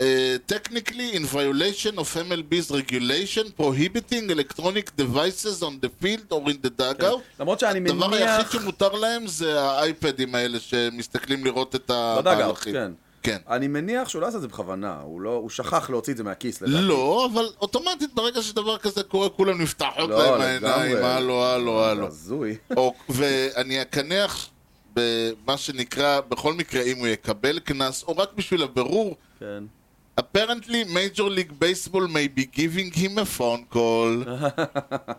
[SPEAKER 2] אה, technically in violation of MLB's regulation prohibiting electronic devices on the field or in the dugout.
[SPEAKER 1] למרות שאני
[SPEAKER 2] הדבר היחיד
[SPEAKER 1] כן. מניח...
[SPEAKER 2] שמותר להם זה האייפדים האלה שמסתכלים לראות את
[SPEAKER 1] בדאגאוט,
[SPEAKER 2] המהלכים.
[SPEAKER 1] כן.
[SPEAKER 2] כן.
[SPEAKER 1] אני מניח שהוא לא עשה את זה בכוונה, הוא לא... הוא שכח להוציא את זה מהכיס, לדעתי.
[SPEAKER 2] לא, אבל אוטומטית ברגע שדבר כזה קורה, כולם נפתחות
[SPEAKER 1] לא,
[SPEAKER 2] להם
[SPEAKER 1] לגמרי. לא,
[SPEAKER 2] לא. העיניים, הלו, הלו,
[SPEAKER 1] זה
[SPEAKER 2] הלו.
[SPEAKER 1] הזוי.
[SPEAKER 2] או- ואני אקנח במה שנקרא, בכל מקרה, אם הוא יקבל קנס, או רק בשביל הבירור,
[SPEAKER 1] [laughs] כן.
[SPEAKER 2] apparently major league baseball may be giving him a phone
[SPEAKER 1] [laughs]
[SPEAKER 2] call.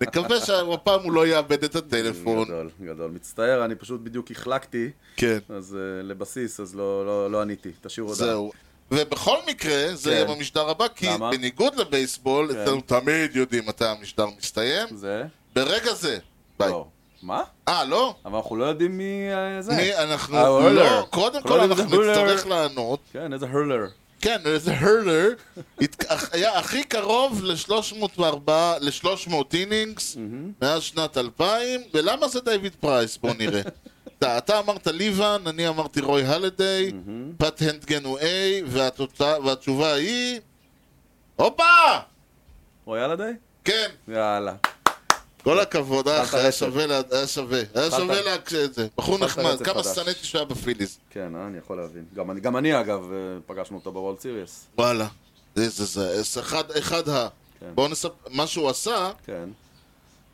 [SPEAKER 2] נקווה שהפעם הוא לא יאבד את הטלפון.
[SPEAKER 1] גדול, גדול. מצטער, אני פשוט בדיוק החלקתי,
[SPEAKER 2] כן,
[SPEAKER 1] אז אה, לבסיס, אז לא- לא לא עניתי. תשאיר הודעה.
[SPEAKER 2] זהו. ובכל מקרה, זה יהיה
[SPEAKER 1] כן.
[SPEAKER 2] במשדר הבא, כי
[SPEAKER 1] למה?
[SPEAKER 2] בניגוד לבייסבול,
[SPEAKER 1] כן.
[SPEAKER 2] אצלנו תמיד יודעים מתי המשדר מסתיים.
[SPEAKER 1] זה?
[SPEAKER 2] ברגע זה, ביי.
[SPEAKER 1] לא. מה?
[SPEAKER 2] אה, לא?
[SPEAKER 1] אבל אנחנו לא יודעים מי אה, זה.
[SPEAKER 2] מי, אנחנו
[SPEAKER 1] ההולר.
[SPEAKER 2] לא, קודם
[SPEAKER 1] אנחנו
[SPEAKER 2] כל
[SPEAKER 1] לא יודעים
[SPEAKER 2] אנחנו
[SPEAKER 1] אם זה
[SPEAKER 2] נצטרך
[SPEAKER 1] הולר.
[SPEAKER 2] לענות.
[SPEAKER 1] כן, איזה הולר.
[SPEAKER 2] כן, איזה הרלר, היה הכי קרוב ל-304, ל-300 אינינגס מאז שנת 2000, ולמה זה דיוויד פרייס? בוא
[SPEAKER 1] [laughs]
[SPEAKER 2] נראה. אתה, אתה אמרת ליבן, אני אמרתי רוי הלדיי, פט הנדגן הוא A, והתוצאה- והתשובה היא... הופה!
[SPEAKER 1] רואי על הדי?
[SPEAKER 2] כן,
[SPEAKER 1] יאללה.
[SPEAKER 2] כל הכבוד, אח,
[SPEAKER 1] התחלת
[SPEAKER 2] היה
[SPEAKER 1] רצף.
[SPEAKER 2] שווה, לה- היה שווה, היה
[SPEAKER 1] התחלת-
[SPEAKER 2] שווה להקשיב את זה. בחור
[SPEAKER 1] התחלת
[SPEAKER 2] נחמד,
[SPEAKER 1] רצף
[SPEAKER 2] כמה
[SPEAKER 1] חדש.
[SPEAKER 2] שנאתי שהיה בפיליז.
[SPEAKER 1] כן, אה, אני יכול להבין. גם אני- גם אני, אגב, אה, פגשנו אותו בוולד סיריוס.
[SPEAKER 2] וואלה, זה זה זה, זה אחד- אחד ה...
[SPEAKER 1] כן.
[SPEAKER 2] בואו נספר, מה שהוא עשה...
[SPEAKER 1] כן.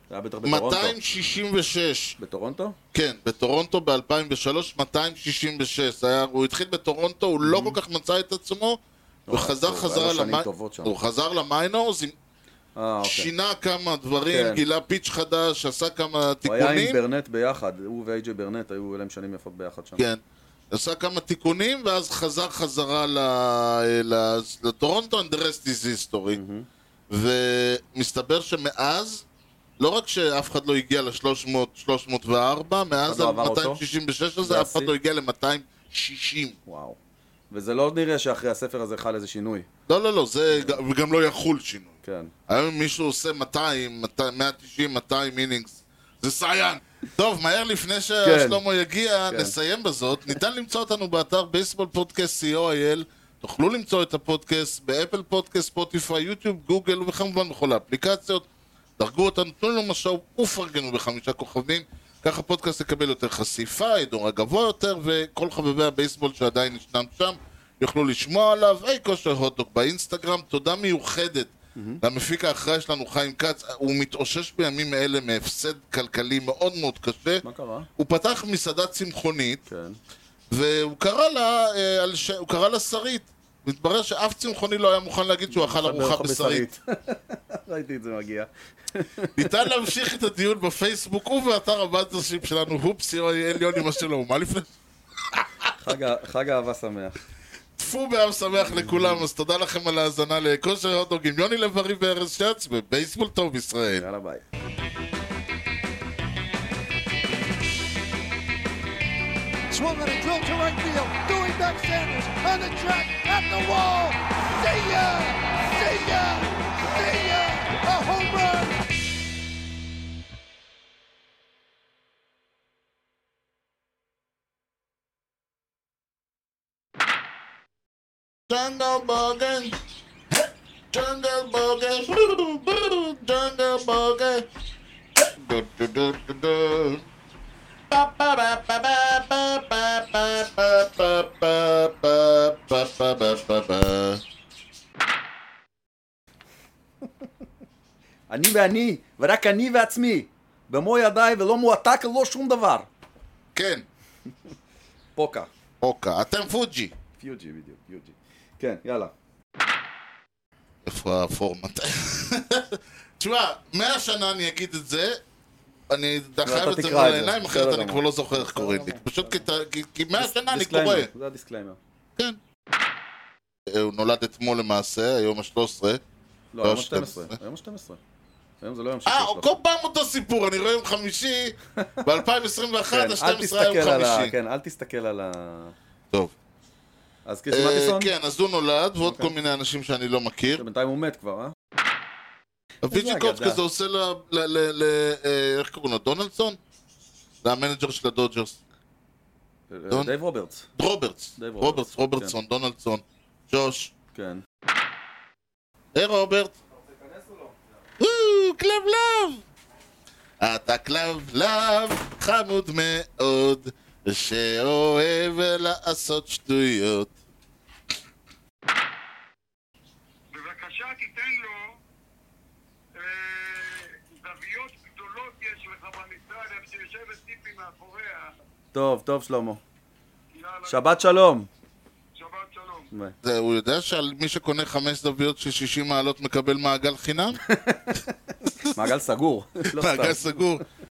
[SPEAKER 1] זה היה בטח בטורונטו.
[SPEAKER 2] 266,
[SPEAKER 1] בטורונטו?
[SPEAKER 2] כן, בטורונטו ב-2003, 266. זה היה, הוא התחיל בטורונטו, הוא לא כל כך מצא את עצמו, וחזר
[SPEAKER 1] Mm. לא, הוא היה לו
[SPEAKER 2] חזרה
[SPEAKER 1] שנים
[SPEAKER 2] למי-
[SPEAKER 1] טובות שם.
[SPEAKER 2] הוא חזר למיינורס, עם-
[SPEAKER 1] אה, אוקיי.
[SPEAKER 2] שינה כמה דברים,
[SPEAKER 1] כן.
[SPEAKER 2] גילה פיץ' חדש, עשה כמה
[SPEAKER 1] הוא היה עם
[SPEAKER 2] תיקונים,
[SPEAKER 1] ברנט ביחד, הוא ואיי-ג'יי ברנט, היו להם שנים יפות ביחד שם.
[SPEAKER 2] כן, עשה כמה תיקונים, ואז חזר חזרה ל- ל- לטורונטו, and the rest is history.
[SPEAKER 1] Mm-hmm.
[SPEAKER 2] ומסתבר שמאז, לא רק שאף אחד לא הגיע ל-300-304, מאז
[SPEAKER 1] לא עבר אותו?
[SPEAKER 2] ה-266 הזה
[SPEAKER 1] זה
[SPEAKER 2] אף אחד
[SPEAKER 1] השיא?
[SPEAKER 2] לא הגיע ל-260.
[SPEAKER 1] וואו. וזה לא נראה שאחרי הספר הזה חל איזה שינוי.
[SPEAKER 2] לא, לא, לא, זה ג- וגם לא יחול שינוי.
[SPEAKER 1] כן.
[SPEAKER 2] היום אם מישהו עושה 200, 200, 190, 200 אינינגס, זה סייאן. טוב, מהר לפני ששלמה יגיע,
[SPEAKER 1] כן.
[SPEAKER 2] נסיים בזאת. ניתן למצוא אותנו באתר בייסבול פודקאסט co.il. תוכלו למצוא את הפודקאסט באפל פודקאסט, ספוטיפיי, יוטיוב, גוגל, וכמובן בכל האפליקציות. דרגו אותנו, תנו לנו משהו ופרגנו בחמישה כוכבים. ככה הפודקאסט יקבל יותר חשיפה, ידור הגבוה יותר, וכל חבבי הבייסבול שעדיין ישנם שם יוכלו לשמוע עליו. היי כושר הוטדוק באינסטגרם, תודה מיוחדת למפיק האחראי שלנו, חיים כץ. הוא מתאושש בימים אלה מהפסד כלכלי מאוד מאוד קשה.
[SPEAKER 1] מה קרה?
[SPEAKER 2] הוא פתח מסעדה צמחונית,
[SPEAKER 1] כן.
[SPEAKER 2] והוא קרא לה, אה, על ש... הוא קרא לה שרית. מתברר שאף צמחוני לא היה מוכן להגיד שהוא אכל ארוחה בשרית. [laughs]
[SPEAKER 1] ראיתי את זה מגיע.
[SPEAKER 2] ניתן להמשיך את הדיון בפייסבוק ובאתר הבנטרשיפ שלנו, הופסי, אוי, אין לי עוני מה שלא, מה לפני?
[SPEAKER 1] חג ה- חג אהבה שמח.
[SPEAKER 2] טפו בעם שמח לכולם, אז תודה לכם על ההאזנה לכושר הוטדוג עם יוני לב-ארי וארז שץ, ובייסבול טוב ישראל.
[SPEAKER 1] יאללה ביי.
[SPEAKER 5] Swung on a drill to right field. Doing back Sanders on the track at the wall. See ya! See ya! See ya! A home run!
[SPEAKER 2] ג'ונגל בוגן, ג'ונגל בוגן, ג'ונגל בוגן. דו דו דו דו דו. פה פה פה פה פה פה פה פה פה פה פה פה פה פה.
[SPEAKER 1] אני ואני, ורק אני ועצמי. במו ידיי ולא מועתק לא שום דבר.
[SPEAKER 2] כן,
[SPEAKER 1] פוקה.
[SPEAKER 2] אוקיי, אתם פוג'י.
[SPEAKER 1] פיוג'י בדיוק, פיוג'י. כן, יאללה.
[SPEAKER 2] אה, איפה הפורמט? תשמע, מאה שנה אני אגיד את זה, אני חייב את זה מול
[SPEAKER 1] תקרא את זה.
[SPEAKER 2] העיניים,
[SPEAKER 1] בסדר
[SPEAKER 2] אחרת אני
[SPEAKER 1] גמור.
[SPEAKER 2] כבר לא זוכר איך קוראים לי. פשוט כי- כי- כי מאה שנה אני
[SPEAKER 1] דיסקליימר,
[SPEAKER 2] קורא.
[SPEAKER 1] זה הדיסקליימר.
[SPEAKER 2] כן. אה, הוא נולד אתמול למעשה, היום ה-13.
[SPEAKER 1] לא, היום
[SPEAKER 2] לא,
[SPEAKER 1] ה-12. היום ה-12. היום זה לא יום
[SPEAKER 2] אה,
[SPEAKER 1] שיש לך.
[SPEAKER 2] כל פעם אותו סיפור, אני רואה יום [laughs] חמישי, ב-2021,
[SPEAKER 1] כן, אל
[SPEAKER 2] ה-12 היה
[SPEAKER 1] תסתכל
[SPEAKER 2] יום
[SPEAKER 1] על ה-
[SPEAKER 2] חמישי.
[SPEAKER 1] כן, אל תסתכל על ה...
[SPEAKER 2] טוב.
[SPEAKER 1] אז
[SPEAKER 2] אה,
[SPEAKER 1] כשמטיסון?
[SPEAKER 2] כן, אז הוא נולד, ועוד
[SPEAKER 1] אוקיי.
[SPEAKER 2] כל מיני אנשים שאני לא מכיר.
[SPEAKER 1] בינתיים הוא מת כבר, אה?
[SPEAKER 2] הוויג'י קוט
[SPEAKER 1] אגדה.
[SPEAKER 2] כזה עושה ל... ל- ל- ל- אה, איך קוראים לו? דונלדסון? זה המנג'ר של הדודג'רס. דון-
[SPEAKER 1] דייב רוברטס.
[SPEAKER 2] רוברטס.
[SPEAKER 1] דייב
[SPEAKER 2] רוברטס,
[SPEAKER 1] רוברטס,
[SPEAKER 2] רוברטסון, דונלדסון, ג'וש.
[SPEAKER 1] כן.
[SPEAKER 2] היי רוברט.
[SPEAKER 1] לא?
[SPEAKER 2] וואו, קלאב לאב! אתה קלאב לאב, חמוד מאוד, שאוהב לעשות שטויות.
[SPEAKER 6] בבקשה תיתן לו אה, זוויות גדולות יש לך במשרד, איך שיושבת ציפי מאחוריה
[SPEAKER 1] טוב, טוב, שלמה.
[SPEAKER 6] יאללה,
[SPEAKER 1] שבת שלום.
[SPEAKER 6] שבת שלום.
[SPEAKER 1] ביי.
[SPEAKER 2] זה, הוא יודע שעל מי שקונה חמש זוויות של 60 מעלות מקבל מעגל חינם?
[SPEAKER 1] מעגל סגור. [laughs] לא
[SPEAKER 2] מעגל
[SPEAKER 1] סתם.
[SPEAKER 2] סגור.